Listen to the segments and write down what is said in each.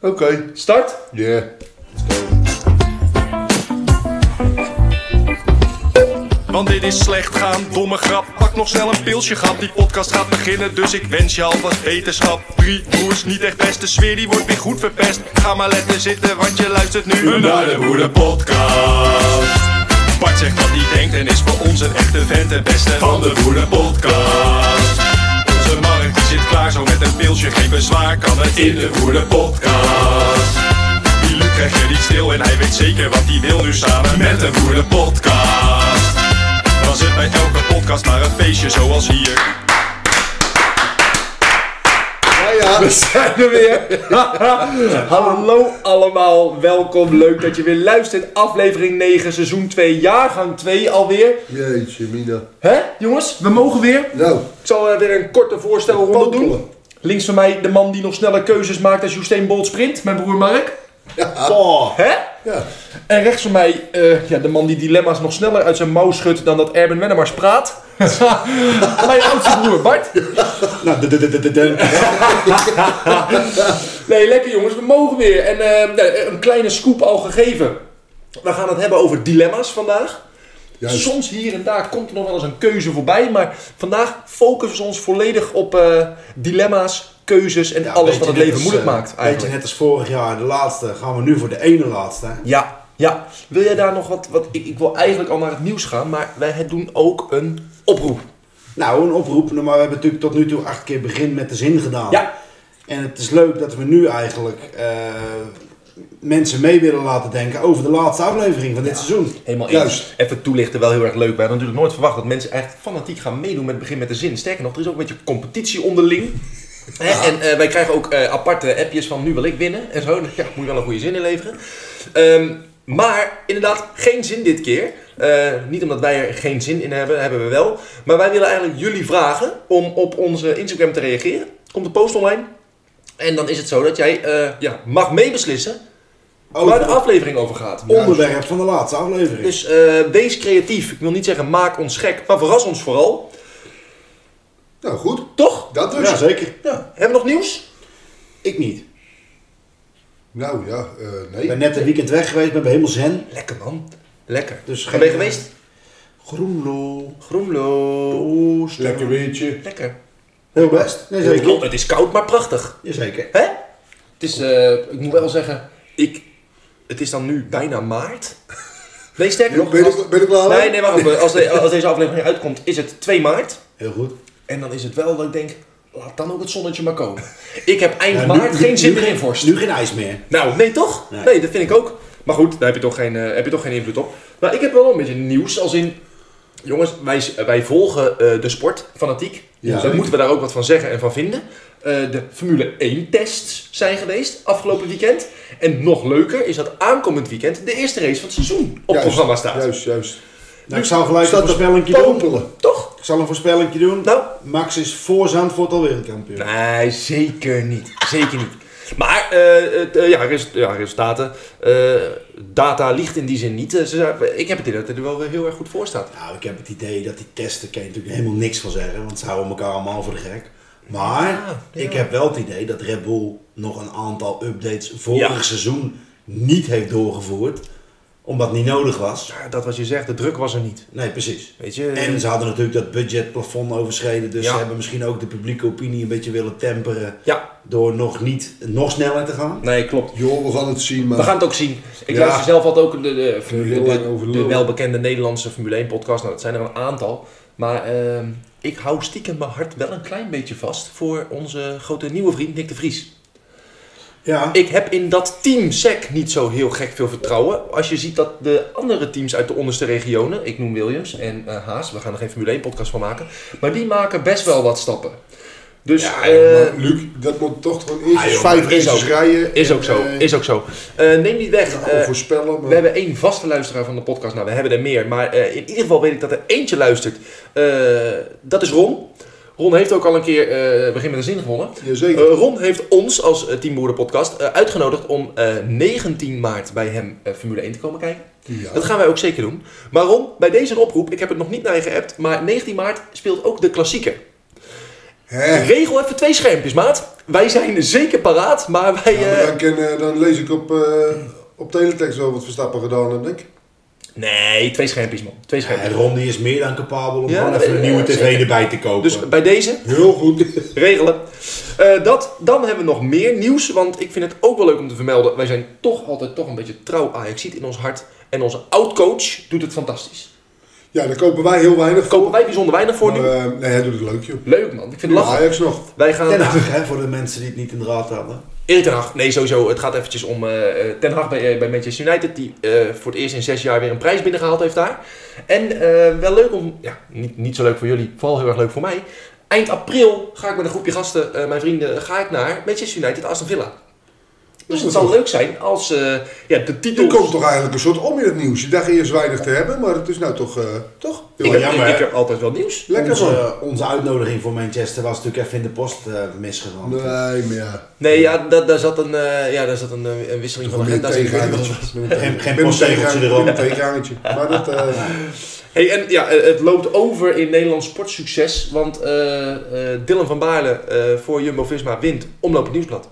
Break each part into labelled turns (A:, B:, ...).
A: Oké.
B: Start.
A: Yeah. Let's go.
B: Want dit is slecht gaan, domme grap. Pak nog snel een pilsje, grap. Die podcast gaat beginnen, dus ik wens je alvast beterschap. Drie broers, niet echt best. De sfeer die wordt weer goed verpest. Ga maar letten zitten, want je luistert nu naar de Boeren Podcast. Bart zegt wat hij denkt en is voor ons een echte vent en beste van de Boeren Podcast. Onze markt die zit klaar, zo met een pilsje, geen bezwaar kan het in de Boeren Podcast. Die Luc krijgt er niet stil en hij weet zeker wat hij wil nu samen met de Boeren Podcast. Was het bij elke podcast maar een feestje zoals hier.
A: Ja, ja.
C: We zijn er weer. Hallo allemaal, welkom. Leuk dat je weer luistert. Aflevering 9, seizoen 2, jaargang 2 alweer.
A: Jeetje, Mina.
C: Hè, jongens? We mogen weer.
A: Nou,
C: Ik zal eh, weer een korte voorstelronde
A: Popelen.
C: doen. Links van mij de man die nog sneller keuzes maakt als Justin Bolt sprint, mijn broer Mark.
A: ah,
C: Hè?
A: ja.
C: En rechts van mij eh, ja, de man die dilemma's nog sneller uit zijn mouw schudt dan dat Erben Wennemars praat. mijn oudste broer Bart.
A: Nou,
C: Nee, lekker jongens, we mogen weer. En eh, nee, een kleine scoop al gegeven. We gaan het hebben over dilemma's vandaag.
A: Juist.
C: Soms hier en daar komt er nog wel eens een keuze voorbij. Maar vandaag focussen we ons volledig op eh, dilemma's, keuzes en alles wat het leven moeilijk maakt.
D: eh, Weet je,
C: Eigenlijk.
D: net als vorig jaar, de laatste, gaan we nu voor de ene laatste. hè?
C: Ja, ja. Wil jij daar nog wat... wat ik, ik wil eigenlijk al naar het nieuws gaan, maar wij het doen ook een oproep.
D: Nou, een oproep, maar we hebben natuurlijk tot nu toe acht keer begin met de zin gedaan.
C: Ja.
D: En het is leuk dat we nu eigenlijk eh, mensen mee willen laten denken over de laatste aflevering van dit seizoen.
C: Helemaal
A: Juist.
C: eens. Even toelichten, wel heel erg leuk. We hadden natuurlijk nooit verwacht dat mensen echt fanatiek gaan meedoen met het begin met de zin. Sterker nog, er is ook een beetje competitie onderling. Hè, En eh, wij krijgen ook eh, aparte appjes van nu wil ik winnen en zo. Ja, moet je wel een goede zin inleveren. Ehm, maar inderdaad, geen zin dit keer. Eh, niet omdat wij er geen zin in hebben, hebben we wel. Maar wij willen eigenlijk jullie vragen om op onze Instagram te reageren. Komt een post online. En dan is het zo dat jij eh, ja, mag meebeslissen waar
D: Over
C: de
D: het
C: aflevering over gaat.
D: onderwerp van de laatste aflevering.
C: Dus eh, wees creatief. Ik wil niet zeggen maak ons gek, maar verras ons vooral.
A: Nou goed,
C: Toch?
A: dat dus.
D: ja, zeker.
C: Ja. Hebben we nog nieuws?
D: Ik niet.
A: Nou ja, eh,
D: Ik ben
A: nee.
D: net een weekend weg geweest, ben bij helemaal zen.
C: Lekker man. Lekker.
D: Dus
C: Waar ben je
D: geen-
C: geweest?
D: Groenlo.
C: Groenlo.
A: Lekker weertje.
C: Lekker.
D: Heel best. Nee, zeker.
C: Klopt, het is koud, maar prachtig.
D: Jazeker.
C: Hè? Het is, eh, ik moet wel zeggen, ik, het is dan nu bijna maart. Nee, sterker nog.
A: Ben
C: als-
A: je, ben je klaar?
C: Nee, nee, wacht even. Als, de- als deze aflevering uitkomt, is het 2 maart.
D: Heel goed.
C: En dan is het wel dat ik denk, laat dan ook het zonnetje maar komen. Ik heb eind
D: Ja, nu-
C: maart
D: nu-
C: geen zin
D: nu-
C: meer in vorst.
D: Nu geen ijs meer.
C: Nou, nee toch? Nee.
D: Nee.
C: dat vind ik ook. Maar goed, daar heb je toch geen, eh, heb je toch geen invloed op. Maar ik heb wel een beetje nieuws, als in... Jongens, wij, wij volgen eh, de sport fanatiek.
A: Ja,
C: dus dan
A: zeker.
C: moeten we daar ook wat van zeggen en van vinden. Eh, de Formule 1-tests zijn geweest afgelopen weekend. En nog leuker is dat aankomend weekend de eerste race van het seizoen op het
A: Juist,
C: programma staat.
A: Juist, juist.
D: Nou, ik zal gelijk
A: Staat
D: een
A: te
D: voorspellingje doen.
A: Popelen.
C: Toch?
D: Ik zal een voorspellingje doen.
C: Nou?
D: Max is voor Zandvoort al wereldkampioen.
C: Nee, zeker niet. Zeker niet. Maar eh, het, eh, ja, res- ja, resultaten. eh, data ligt in die zin niet. Eh, ze zijn- ik heb het idee dat hij er wel weer heel erg goed voor staat.
D: Nou, ik heb het idee dat die testen, kan je natuurlijk helemaal niks van zeggen, want ze houden elkaar allemaal voor de gek. Maar
C: Ja, ja.
D: ik heb wel het idee dat Red Bull nog een aantal updates vorig
C: Ja.
D: seizoen niet heeft doorgevoerd, omdat het niet nodig was.
C: Ja, dat wat je zegt, de druk was er niet.
D: Nee, precies.
C: Weet je?
D: En ze hadden natuurlijk dat budgetplafond overschreden, dus
C: Eh. Ja.
D: ze hebben misschien ook de publieke opinie een beetje willen temperen
C: Ja,
D: door nog niet nog sneller te gaan.
C: nee, klopt.
A: Joh, we gaan het zien, man.
C: We gaan het ook zien. Ik
D: Ja.
C: luister zelf altijd ook de, de,
A: heel
C: de-
A: lang over
C: de
A: lullen.
C: welbekende Nederlandse Formule 1 podcast. Nou, dat zijn er een aantal. Maar ehm, ik hou stiekem mijn hart wel een klein beetje vast voor onze grote nieuwe vriend Nick de Vries.
D: Ja.
C: Ik heb in dat team SEC niet zo heel gek veel vertrouwen. Als je ziet dat de andere teams uit de onderste regionen, ik noem Williams en eh, Haas, we gaan er geen Formule 1 podcast van maken, maar die maken best wel wat stappen. Dus
A: Ja,
C: eh,
A: maar Luc, dat moet toch gewoon eerst
C: Ah,
A: eens
C: joh,
A: vijf
C: maar is
A: races
C: ook-
A: rijden.
C: Is
A: en,
C: ook zo,
A: eh,
C: is ook zo. Eh, neem niet weg.
A: nou,
C: eh,
A: voorspellen, maar...
C: we hebben één vaste luisteraar van de podcast. Nou, we hebben er meer. Maar eh, in ieder geval weet ik dat er eentje luistert. Eh, dat is Ron. Ron heeft ook al een keer eh, Begin met een Zin gewonnen. Eh,
A: Jazeker.
C: Ron heeft ons als eh, Team Boeren podcast eh, uitgenodigd om eh, 19 maart bij hem eh, Formule 1 te komen kijken.
A: Ja.
C: Dat gaan wij ook zeker doen. Maar Ron, bij deze een oproep, ik heb het nog niet naar je geappt, maar 19 maart speelt ook de klassieker.
A: Hè?
C: Regel even twee schermpjes, maat. Wij zijn zeker paraat, maar wij...
A: Ja, maar
C: eh,
A: dan, ken, eh, dan lees ik op, eh, op teletext wel wat Verstappen gedaan heb, denk ik.
C: Nee, twee schermpjes, man. Twee
D: En
C: schermpjes.
D: Ron die is meer dan capabel om
C: Ja,
D: gewoon even een
C: eh,
D: nieuwe
C: ja,
D: tv
C: zeker.
D: erbij te kopen.
C: Dus bij deze,
A: Heel goed.
C: regelen. Eh, dat, dan hebben we nog meer nieuws, want ik vind het ook wel leuk om te vermelden. Wij zijn toch altijd toch een beetje trouw Ajaxiet in ons hart. En onze oud-coach doet het fantastisch.
A: Ja, daar kopen wij heel weinig
C: Kopen wij bijzonder weinig voor
A: Maar,
C: nu.
A: eh, nee, hij doet het leuk, joh.
C: Leuk man, ik vind het
A: Ja,
C: lachen.
A: Ajax nog.
C: Wij gaan...
D: Ten Hag, hè, voor de mensen die het niet in de raad hadden.
C: Erik ten Hag. Nee, sowieso. Het gaat eventjes om eh, eh, Ten Hag bij, eh, bij Manchester United. Die eh, voor het eerst in zes jaar weer een prijs binnengehaald heeft daar. En eh, wel leuk om... Ja, niet, niet zo leuk voor jullie. Vooral heel erg leuk voor mij. Eind april ga ik met een groepje gasten, eh, mijn vrienden, ga ik naar Manchester United Aston Villa. Dus het zal leuk zijn als eh, ja, de
A: Er
C: titel...
A: komt toch eigenlijk een soort om in het nieuws. Je dacht eerst weinig te hebben, maar het is nou toch... eh, toch?
C: Ik,
A: Heel
C: heb-
D: jammer,
C: ik,
D: hè?
C: heb altijd wel nieuws.
A: Lekker man.
D: onze, onze uitnodiging voor Manchester was natuurlijk even in de post eh, misgegaan.
A: Nee, maar ja.
C: Nee, ja, da- daar zat een, eh, ja, daar zat een, eh, een wisseling van
A: Met een
C: agenda.
A: tegenhangertje. Met een-
D: Geen- geen
A: met een
D: postzegeltje
A: tegenhanger-
D: erop.
A: met een tegenhangertje. Maar dat... eh,
C: Hey, en ja, eh, het loopt over in Nederlands sportsucces. Want eh, eh, Dylan van Baarle eh, voor Jumbo-Visma wint Omloop het Nieuwsblad.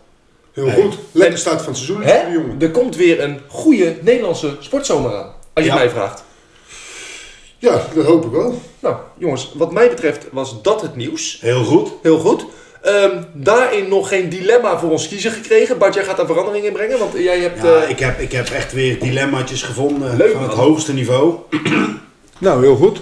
A: heel
D: Hey.
A: goed. Lekker start van het seizoen.
C: Hè?
A: Hè? Jongen.
C: Er komt weer een goede Nederlandse sportzomer aan. Als je
D: Ja.
C: het mij vraagt.
A: Ja, dat hoop ik wel.
C: Nou, jongens, wat mij betreft was dat het nieuws.
D: Heel goed.
C: Heel goed. Ehm, daarin nog geen dilemma voor ons kiezer gekregen. Bart, jij gaat daar verandering in brengen. Want jij hebt.
D: Ja,
C: eh,
D: ik, heb, ik heb echt weer dilemmaatjes gevonden
C: Leuk,
D: van het
C: man.
D: hoogste niveau.
A: Nou, heel goed.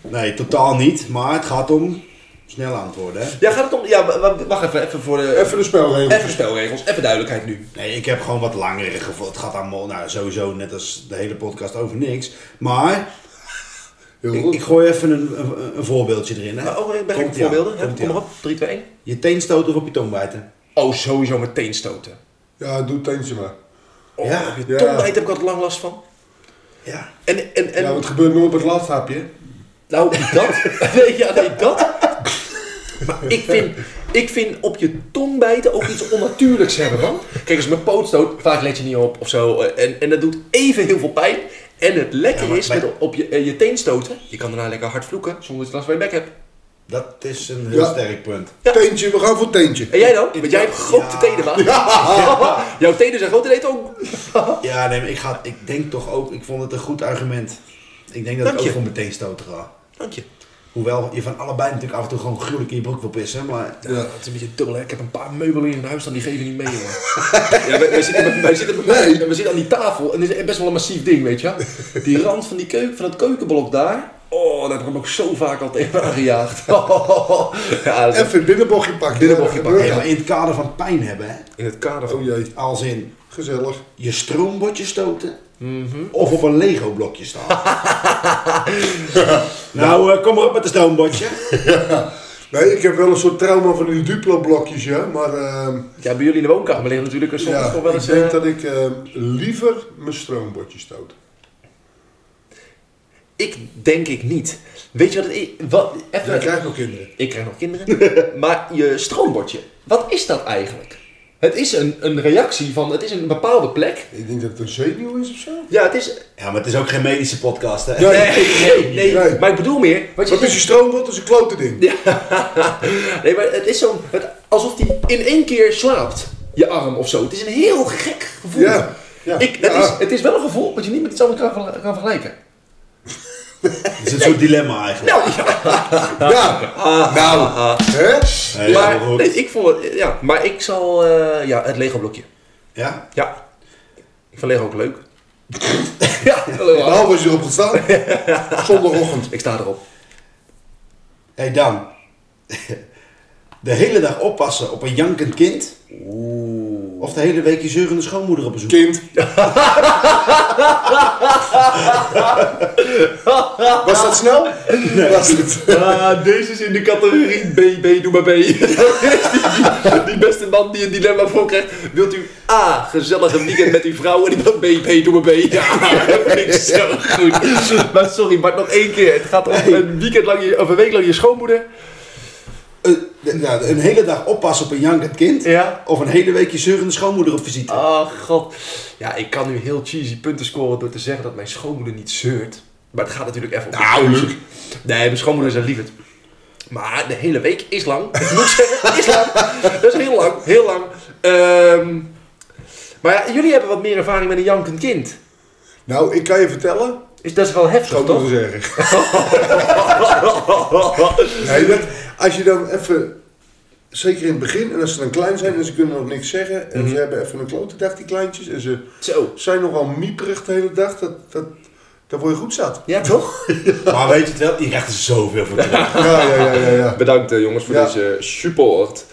D: Nee, totaal niet. Maar het gaat om snel antwoorden. Hè?
C: Ja, gaat het om. Ja, w- w- wacht even, even voor de.
A: Even de spelregels.
C: Even spelregels, even duidelijkheid nu.
D: Nee, ik heb gewoon wat langere gevoel. Het gaat allemaal, nou sowieso net als de hele podcast over niks. Maar
A: Heel
D: ik,
A: goed.
D: ik gooi even een, een, een voorbeeldje erin. Hè?
C: Oh, ik ben geen
D: Komt-ie aan,
C: voorbeelden. hè?
D: komt-ie
C: Kom maar
D: aan.
C: op, 3, 2, 1.
D: Je teen stoten of op je tong bijten.
C: Oh, sowieso meteen stoten.
A: Ja, doe het eentje maar.
C: Oh,
D: Ja,
C: op je
A: ja.
C: tongwijd heb ik altijd lang last van.
D: Ja.
C: En, en, en
A: Ja, wat gebeurt nooit op het laatste hapje?
C: nou, dat. nee, ja, nee, dat. Maar ik vind, ik vind op je tong bijten ook iets onnatuurlijks hebben, man. Kijk, als mijn poot stoot, vaak let je niet op of zo. eh, En, en dat doet even heel veel pijn. En het lekker
D: Ja, maar
C: is
D: bij-
C: met op je, eh, je teen stoten. Je kan daarna lekker hard vloeken, zonder dat je last van je bek hebt.
D: Dat is een heel
A: Ja.
D: sterk punt.
C: Ja.
A: Teentje, we gaan voor teentje.
C: En jij dan? Want jij hebt grote
D: Ja.
C: tenen, man. Jouw tenen zijn grote tenen ook.
D: Ja, nee, maar ik, ga, ik denk toch ook, ik vond het een goed argument. Ik denk dat
C: Dank
D: ik ook
C: je.
D: voor meteen stoten ga.
C: Dank je.
D: Hoewel je van allebei natuurlijk af en toe gewoon gruwelijk in je broek wil pissen. Maar
C: Ja, het is een beetje dubbel. Hè? Ik heb een paar meubelen in een huis, dan die geven niet mee, jongen. ja, wij, wij zitten, wij, zitten, wij, wij zitten aan die tafel en het is best wel een massief ding, weet je. wel. Die rand van, die keuken, van dat keukenblok daar. Oh, daar heb ik hem ook zo vaak al tegen aangejaagd. ja, dat is
A: Even een binnenbochtje pakken.
C: Binnenbochtje
A: Ja,
C: pakken,
D: Nee,
A: ja.
D: maar in het kader van pijn hebben, hè?
C: in het kader
A: Oh
C: van...
A: jee,
D: als in
A: gezellig.
D: je stroombordje stoten
C: Mhm.
D: of op een Lego blokje staan. nou, eh, kom maar op met een stroombordje.
A: Nee, ik heb wel een soort trauma van die Duplo-blokjes, ja. Maar ehm,
C: Ja, bij jullie in de woonkamer liggen natuurlijk soms
A: ja,
C: nog wel
A: ik
C: eens...
A: denk
C: eh,
A: dat ik ehm, liever mijn stroombordje stoot.
C: Ik denk ik niet. Weet je wat het is? Wat, even,
A: Jij krijgt nog kinderen.
C: Ik krijg nog kinderen. maar je stroombordje, wat is dat eigenlijk? Het is een, een reactie van, het is een bepaalde plek.
A: Ik denk dat het een zenuw is of zo.
C: Ja, het is
D: Ja, maar het is ook geen medische podcast, hè?
A: Ja.
C: Nee, nee, nee,
A: Nee.
C: Maar ik bedoel meer. Wat je dus
A: Wat is je stroombord? Dat is een klote ding.
C: nee, maar het is zo'n. het- Alsof die in één keer slaapt. Je arm of zo. Het is een heel gek gevoel.
A: Ja, ja.
C: Ik, het,
A: Ja.
C: Is, het is wel een gevoel dat je niet met iets anders kan, verla- kan vergelijken.
D: Het is een soort dilemma eigenlijk.
C: Nou, ja, Ah.
A: Ja, nou, hè?
D: Nee, helemaal
C: maar,
D: goed.
C: nee, ik vond het, ja, maar ik zal. eh, ja, het Lego blokje.
D: Ja?
C: Ja. Ik vind Lego ook leuk. ja, wel heel hard.
A: Nou, was je erop gestaan? Zondagochtend.
C: Ik sta erop.
D: Hé hey Dan, de hele dag oppassen op een jankend kind of de hele week je zeurende schoonmoeder op bezoek?
A: Kind. Was dat snel? Was het?
C: Ah, deze is in de categorie BB, doe maar B. die, die, die beste man die een dilemma voor krijgt. Wilt u A, gezellig een weekend met uw vrouw en dan BB, doe maar B. Ja, dat vind ik zo goed. Maar sorry, maar nog één keer. Het gaat om een, weekend lang je, of een week lang je schoonmoeder.
D: Eh, de- nou, een hele dag oppassen op een jankend kind
C: Ja.
D: of een hele week je zeurende schoonmoeder op visite?
C: Ah, god. Ja, ik kan nu heel cheesy punten scoren door te zeggen dat mijn schoonmoeder niet zeurt. Maar het gaat natuurlijk even om...
A: Nou, Luc.
C: Nee, mijn schoonmoeder is een lieverd. Maar de hele week is lang. Ik moet zeggen, is lang. Dat is heel lang, heel lang. Ehm, maar ja, jullie hebben wat meer ervaring met een jankend kind.
A: Nou, ik kan je vertellen.
C: Is dat is wel heftig,
A: Kan ik nog
C: toch?
A: zeggen. Nee, dat, als je dan even, zeker in het begin, en als ze dan klein zijn en ze kunnen nog niks zeggen. En ze hebben even een klote dag, die kleintjes. En ze
C: Mhm. Zo.
A: zijn nogal mieperig de hele dag. Dat, dat, daar word je goed zat.
C: Ja, toch?
D: Maar weet je het wel, je krijgt er zoveel voor terug.
A: Ja, ja, ja, ja. ja.
C: Bedankt eh, jongens voor
A: Ja.
C: deze support.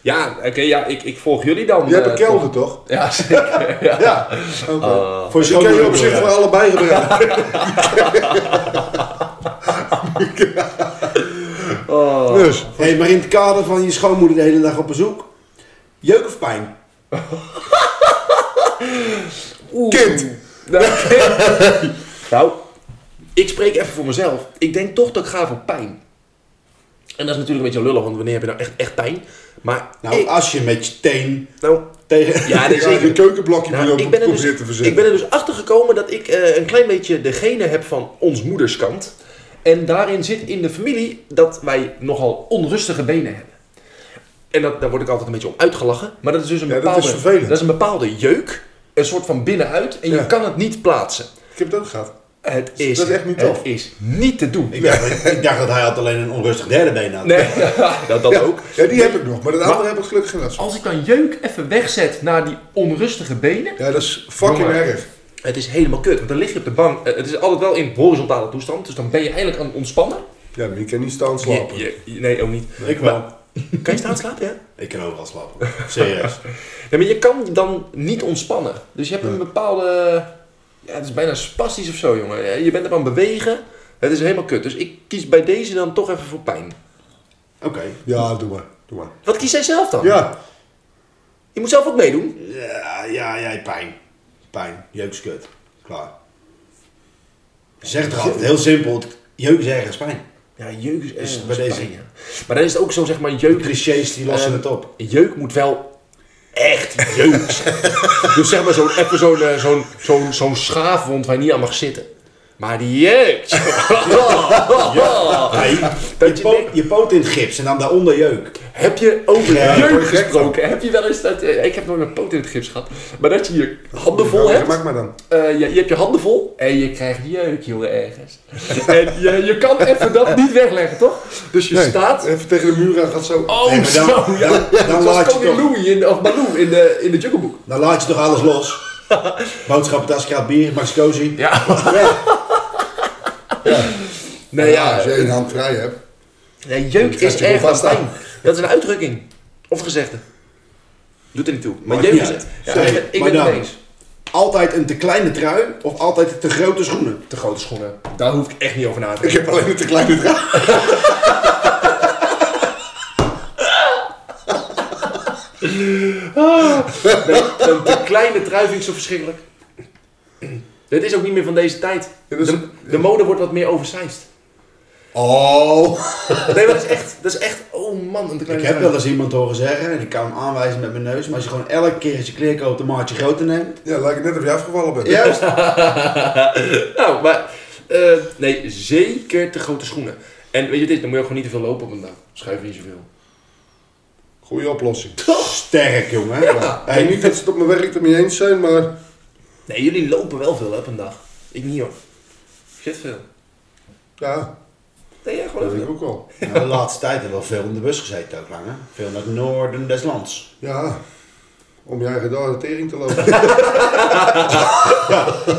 C: Ja, oké, ja, ik, ik volg jullie dan.
A: Je hebt
C: eh,
A: een kelder, toch?
C: toch? Ah. Ja, zeker. ja.
A: Ja. Oké.
D: Voor
A: Die kan je op zich
D: schoonmoeder.
A: voor allebei gebruiken.
C: Oh.
A: Dus,
D: Hey, maar in het kader van je schoonmoeder de hele dag op bezoek. Jeuk of pijn?
C: Oeh.
A: Kind.
C: Nou, nou, ik spreek even voor mezelf. Ik denk toch dat ik ga voor pijn. En dat is natuurlijk een beetje lullig, want wanneer heb je nou echt, echt pijn? Maar
D: Nou,
C: ik,
D: als je met je teen
C: nou,
D: tegen...
C: ja, nee,
A: ah. ja,
C: zeker.
A: je keukenblokje moet
C: Nou,
A: je ook
C: ik,
A: op de
C: ben er
A: kop
C: dus,
A: zitten verzetten.
C: ik ben er dus achter gekomen dat ik eh, een klein beetje de genen heb van ons moederskant. En daarin zit in de familie dat wij nogal onrustige benen hebben. En dat, daar word ik altijd een beetje om uitgelachen. Maar dat is dus een
A: Ja, dat
C: bepaalde,
A: is vervelend.
C: dat is een bepaalde jeuk. Een soort van binnenuit. En je
A: Ja.
C: kan het niet plaatsen.
A: Ik heb het ook gehad.
C: Het is,
A: Dat is echt niet
C: het
A: tof.
C: is niet te doen.
D: Ik dacht, ik dacht dat hij had alleen een onrustig derde been had.
C: Nee, dat, dat
A: Ja,
C: ook.
A: ja, die heb ik nog, maar dat andere
C: Maar-
A: heb ik gelukkig geen last van.
C: Als ik dan jeuk even wegzet naar die onrustige benen.
A: Ja, dat is fucking
C: Jongen.
A: erg.
C: Het is helemaal kut, want dan lig je op de bank. Eh, Het is altijd wel in horizontale toestand, dus dan ben je eigenlijk aan het ontspannen.
A: Ja, maar je kan niet staan slapen.
C: Je- je- nee, ook niet.
D: Ik wel.
C: Kan je staan slapen, ja?
D: Ik kan overal slapen. Serieus.
C: Nee, maar je kan dan niet ontspannen. Dus je hebt een bepaalde... Ja, het is bijna spastisch of zo, jongen. Ja, Je bent er aan het bewegen. Het is helemaal kut. Dus ik kies bij deze dan toch even voor pijn.
D: Oké.
A: Ja, doe maar. Doe maar.
C: Wat kies jij zelf dan?
A: Ja,
C: Je moet zelf ook meedoen.
D: Ja, Eh, ja, ja, pijn. Pijn. Jeuk is kut. Klaar. Zeg het er altijd. Heel simpel. Jeuk is ergens pijn.
C: Ja, jeuk is
D: Dus
C: ergens
D: bij deze-
C: pijn, ja. Maar dan is het ook zo, zeg maar, jeuk...
D: Clichés die lossen
C: Ehm,
D: het op.
C: Jeuk moet wel echt jeuk zijn. dus zeg maar zo'n even zo'n eh, zo'n zo'n zo'n schaafwond waar je niet aan mag zitten. Maar die jeukt.
D: Nee,
C: dat
D: je,
C: je
D: poot,
C: denkt-
D: je poot in het gips en dan daaronder jeuk.
C: Heb je over
D: Ja, daar
A: word
C: jeuk
A: je gek
C: gesproken? Heb je wel eens dat... eh, ik heb nooit mijn poot in het gips gehad. Maar dat je je handen vol
A: Nou,
C: hebt.
A: maak maar dan.
C: eh, je, je hebt je handen vol en je krijgt jeuk, jongen, ergens. en je, je kan even dat niet wegleggen, toch? Dus je
A: Nee,
C: staat...
A: Even tegen de muur aan gaat zo.
C: Oh,
D: Nee, maar dan-
C: zo, ja.
D: dan- dan
C: Zoals
D: laat je
C: koning
D: toch-
C: Louis in, of Baloo in de, in de Jungle Book.
D: Dan laat je toch alles los. Boodschappentas, gaat bier, maxicosi.
C: Ja. Nee,
A: Ja,
C: ja. eh,
A: als je één hand vrij hebt.
C: Nee, jeuk
A: Dan gaat
C: is
A: je
C: erg
A: gewoon
C: dan pijn.
A: vaststaan.
C: Dat is een uitdrukking. Of gezegde. Doet er niet toe. Maar
D: Maakt
C: jeuk
D: niet
C: is
D: uit.
C: het. Ja,
D: Sorry,
C: ik ben- ik
D: maar
C: ben het
D: dan-
C: mee eens.
D: Altijd een te kleine trui of altijd te grote schoenen.
C: Te grote schoenen. Daar hoef ik echt niet over na te
A: Ik heb alleen een te kleine draad.
C: denken. Een te kleine trui vind ik zo verschrikkelijk. Dit is ook niet meer van deze tijd.
A: Ja, dat is-
C: De, de mode wordt wat meer oversized.
A: Oh.
C: Nee, maar dat is echt, dat is echt, oh man, een te
D: Ik
C: kleine
D: heb
C: trui.
D: wel eens iemand horen zeggen, en ik kan hem aanwijzen met mijn neus, maar als je gewoon elke keer als je kleren koopt een maatje groter neemt.
A: Ja, lijkt het net of je afgevallen bent.
D: Juist.
C: Nou, maar, eh, nee, zeker te grote schoenen. En weet je dit, dan moet je ook gewoon niet te veel lopen op een dag. Schuif niet zoveel.
A: Goeie oplossing.
D: Sterk, jongen.
C: Ja.
A: Hey, niet dat ze het op mijn werk ermee eens zijn, maar...
C: Nee, jullie lopen wel veel hè, op een dag. Ik niet hoor. Shit veel.
A: Ja,
C: Nee, ja, gewoon
A: dat denk ik
C: even.
A: ook wel.
D: Nou, de laatste tijd hebben we wel veel in de bus gezeten ook lang, hè? Veel naar het noorden des lands.
A: Ja. Om je eigen door de tering te lopen.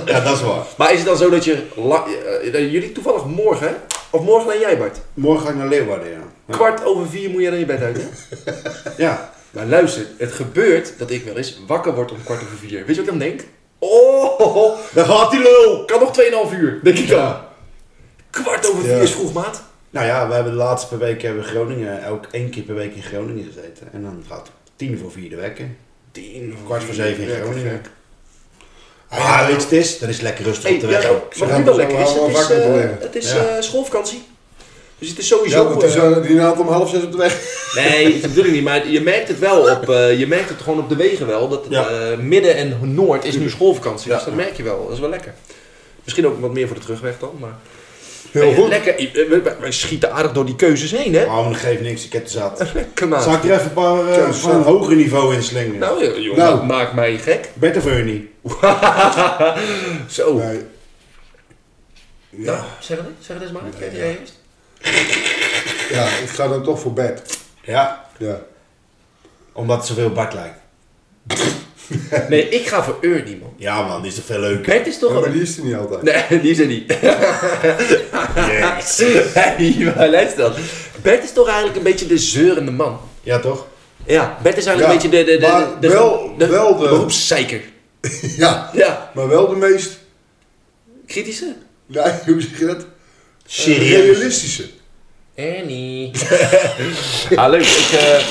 D: Ja, dat is waar.
C: Maar is het dan zo dat je... la- eh, eh, jullie toevallig morgen, hè? Of morgen en jij, Bart?
D: Morgen ga ik naar Leeuwarden, ja. Ja.
C: Kwart over vier moet je naar je bed uit, hè?
D: Ja.
C: Maar luister, het gebeurt dat ik wel eens wakker word om kwart over vier. Weet je wat ik dan denk? Oh, ho, ho,
D: Daar gaat die lul!
C: kan nog 2,5 uur, denk ik dan.
D: Ja.
C: Kwart over vier
A: Ja.
C: is vroeg, maat.
D: Nou ja, we hebben de laatste paar weken hebben we Groningen, elk één keer per week in Groningen gezeten. En dan gaat het tien voor vier de wekken.
C: Tien, voor
D: Kwart voor
C: vier.
D: zeven in
A: Ja,
D: Groningen.
A: gek.
D: Ah, weet je het is? Dan is het lekker rustig
C: Hey,
D: op de
C: ja,
D: weg.
C: nou,
A: Ze
C: wat
A: gaan
C: nu wel
A: zo
C: lekker is,
A: wel
C: het is,
A: wakker
C: eh,
A: worden.
C: het is
D: Ja.
C: eh, schoolvakantie. Dus het is sowieso...
A: Ja, want die
C: eh,
A: zijn- die haalt om half zes op de weg.
C: Nee, dat bedoel ik niet, maar je merkt het wel op, eh, je merkt het gewoon op de wegen wel. Dat
D: Ja.
C: eh, midden en noord is nu schoolvakantie,
D: Ja.
C: dus dat merk je wel. Dat is wel lekker. Misschien ook wat meer voor de terugweg dan, maar...
A: Heel goed.
C: Lekker, eh, we- we- wij schieten aardig door die keuzes heen, hè?
D: Oh, maar dat geeft niks, ik heb het zat.
C: Lekker man.
D: Zal ik er even een paar eh,
A: Zo, zo.
D: van een hoger niveau in slingen?
C: Nou, joh, joh,
A: Nou.
C: dat maakt mij gek.
D: Bert of Ernie?
C: Zo.
A: Nee.
C: Nou, zeg het, eens, zeg het eens maar. Kijk jij eerst.
A: Ja, ik ga dan toch voor bed.
D: Ja,
A: Ja.
D: omdat het zoveel Bart lijkt.
C: Nee, ik ga voor Ernie, man.
D: Ja man, die is toch veel leuker?
C: Bert is toch
A: Ja, maar
C: een-
A: die is er niet altijd.
C: Nee, die is er niet. Hey, maar luister dan. Bert is toch eigenlijk een beetje de zeurende man.
D: Ja toch?
C: Ja, Bert is eigenlijk
A: Ja,
C: een beetje de, de, de,
A: maar
C: de,
A: wel-
C: de-
A: wel de-
C: beroepszeiker.
A: Ja.
C: Ja,
A: Maar wel de meest,
C: kritische.
A: nee, hoe zeg je dat?
D: Serieus?
A: Realistische.
C: Ernie. ah, leuk. Ik, eh,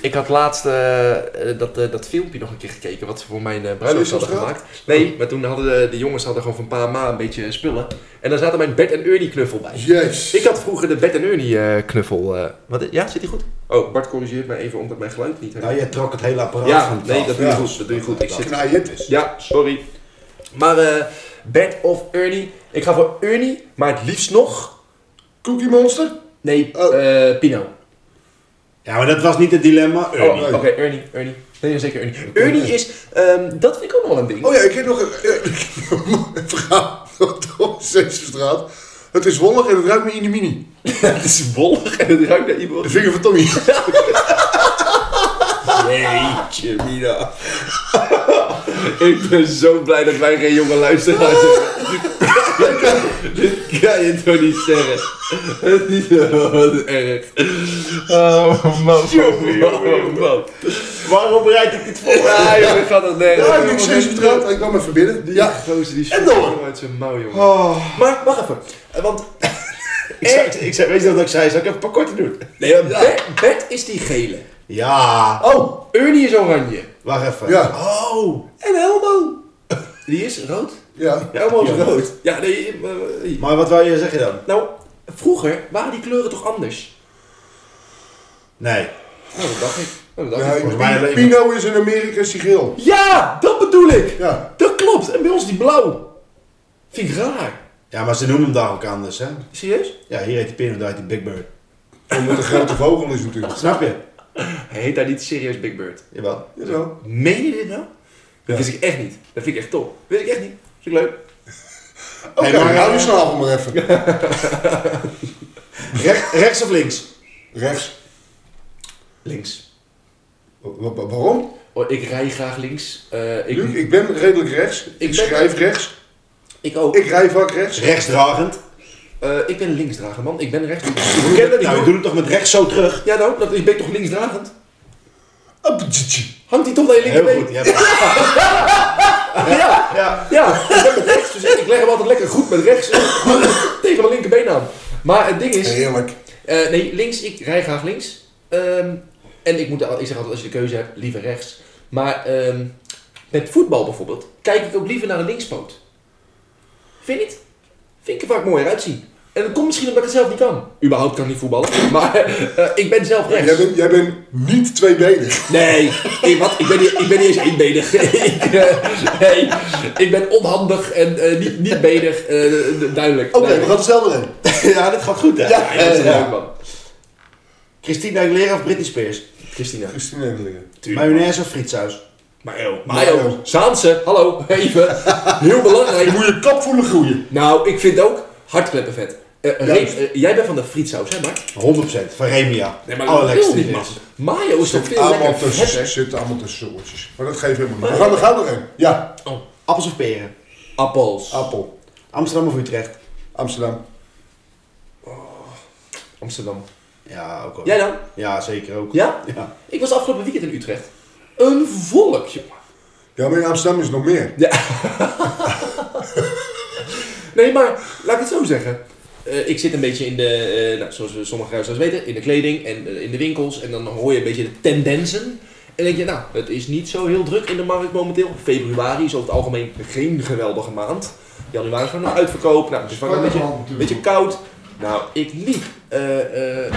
C: ik had laatst eh, eh, dat, eh, dat filmpje nog een keer gekeken wat ze voor mijn eh, bruiloft hadden
A: Sesamstraat?
C: gemaakt. Oh. Nee, maar toen hadden de, de jongens hadden gewoon van pa en ma een beetje spullen. En daar zaten mijn Bert en Ernie knuffel bij.
A: Jezus.
C: Ik had vroeger de Bert en Ernie eh, knuffel. eh, wat, ja, zit die goed? Oh, Bart corrigeert mij even omdat mijn geluid niet
D: Nou, jij trok het hele apparaat
C: Ja,
D: van het
C: nee,
D: af.
C: dat doe je
A: Ja.
C: goed. Dat doe je goed. Ik zit...
A: Knaaiend.
C: Ja, sorry. Maar eh, Bert of Ernie? Ik ga voor Ernie, maar het liefst nog...
A: Cookie Monster?
C: Nee,
A: Oh.
C: eh, Pino.
D: Ja, maar dat was niet het dilemma. Ernie.
C: Oh, oké, Ernie, Ernie. Nee, zeker Ernie. Ernie is, ehm, dat vind ik ook nog wel een ding.
A: Oh ja, ik heb nog een, een verhaal op de Sesamstraat. Het is wollig en het ruikt naar inimini.
C: het is wollig en het ruikt naar iemand.
A: De vinger van Tommy.
C: Jeetje, Mina. ik ben zo blij dat wij geen jonge luisteraars hebben. Dit kan je toch niet zeggen? Het is wat erg. Oh, man. Jongen, jongen, man.
D: Waarom bereid ik dit voor?
C: Ja, jongen, gaat dat nergens.
A: Ja, ik heb Sesamstraat. Ik kwam even binnen.
C: Ja,
A: Ja.
C: gozer, die
A: En door.
C: uit zijn mouw, jongen. Maar, wacht even. Eh, Want,
D: Ik zei, ik zei, weet je wat ik zei? Zal ik even een paar korte doen?
C: nee, maar Bert, Bert is die gele.
D: Ja,
A: Oh.
C: Ernie is oranje.
D: wacht even.
A: Ja.
D: Oh.
C: En Elmo. Die is rood.
A: Ja.
C: Elmo is
D: Ja.
C: rood. Ja, nee. eh, eh,
D: Maar wat wou je zeggen dan?
C: Nou, vroeger waren die kleuren toch anders?
D: Nee.
C: Nou, dat dacht ik. Nou, dat dacht ik.
D: volgens mij
A: Ja,
D: alleen-
A: Pino is in Amerika sigil.
C: Ja, dat bedoel ik.
A: Ja.
C: Dat klopt. En bij ons die blauw. Vind ik raar.
D: Ja, maar ze noemen hem daar ook anders, hè?
C: Serieus?
D: Ja, hier heet die Pino, daar heet die Big Bird.
A: Omdat de grote vogel is natuurlijk.
D: Snap je?
C: Heet daar niet serieus Big Bird?
D: Jawel.
A: Jawel.
C: Meen je dit nou? Dat
A: Ja.
C: wist ik echt niet. Dat vind ik echt top. Dat wist ik echt niet. Vind ik leuk.
A: Oké,
D: Hey, maar- eh,
A: hou je snavel maar even.
D: Rech- rechts of links?
A: Rechts.
C: Links.
A: Wa- wa- Waarom?
C: Oh, ik rij graag links. Eh, ik,
A: Luc, ik ben redelijk rechts. Ik,
C: ben-
A: schrijf rechts.
C: ik ook.
A: Ik rij vaak rechts.
D: Rechtsdragend.
C: Eh, ik ben linksdrager, man. Ik ben rechts.
D: Nou,
C: Ken dat niet,
D: je
C: hoor.
D: doet het toch met rechts zo terug?
C: Ja, nou, dat, ik ben toch linksdragend?
A: Op, tje, tje.
C: Hangt die toch naar je
D: Heel
C: linkerbeen?
D: goed. Ja.
C: ja.
D: ja.
C: Ja, ik ben met rechts, dus ik leg hem altijd lekker goed met rechts eh, tegen mijn linkerbeen aan. Maar het ding is,
A: Heerlijk.
C: eh, nee, links, ik rij graag links. Ehm, en ik, moet, al- ik zeg altijd, als je de keuze hebt, liever rechts. Maar ehm, met voetbal bijvoorbeeld, kijk ik ook liever naar een linkspoot. Vind je niet? Vind ik er vaak mooier uitzien. En dat komt misschien omdat ik het zelf niet kan. Überhaupt kan ik niet voetballen, maar eh, ik ben zelf rechts.
A: Jij bent, jij bent niet tweebenig.
C: Nee, ik, wat? Ik, ben niet, ik ben niet eens eenbenig. ik, eh, nee, ik ben onhandig en eh, niet, niet benig, eh, d- duidelijk.
A: Oké, we
C: Duidelijk.
A: gaan hetzelfde in.
D: ja, dit gaat goed, hè?
C: Ja, dat is
D: Eh,
C: leuk, man.
D: Christina Aguilera of Britney Spears?
C: Christina.
A: Christine Engelingen.
D: Mayonaise of frietsaus?
C: Mayo. Mayo. Saanse, hallo, even. Heel belangrijk.
A: Moet je kap voelen groeien.
C: Nou, ik vind ook hartkleppen vet. Eh, Reem,
A: dus-
C: eh, jij bent van de frietsaus, hè, Mark?
D: 100% van Remia.
C: Nee, maar
A: Oh,
D: Allerlekkerste
C: niet,
D: die
C: man.
D: is.
C: Mayo is toch veel
A: Allemaal
C: lekker vet,
A: tussen,
C: hè?
A: zitten allemaal tussen soortjes. Maar dat geeft helemaal niet. We gaan er gauw doorheen. Ja,
D: Appels of peren?
C: Appels.
A: appel.
D: Amsterdam of Utrecht?
A: Amsterdam.
C: Amsterdam.
D: Ja, ook wel.
C: Jij dan?
D: Ja, zeker ook.
C: Ja?
D: Ja.
C: Ik was afgelopen weekend in Utrecht. Een volk, jongen.
A: Ja, maar in Amsterdam is nog meer.
C: Nee, maar laat ik het zo zeggen. Eh, ik zit een beetje in de, eh, nou, zoals we sommige luisteraars weten, in de kleding en eh, in de winkels. En dan hoor je een beetje de tendensen. En denk je, nou, het is niet zo heel druk in de markt momenteel. Februari is over het algemeen geen geweldige maand. Januari is gewoon een uitverkoop. Nou, het is vaak een beetje, een beetje koud. Nou, ik liep eh, eh,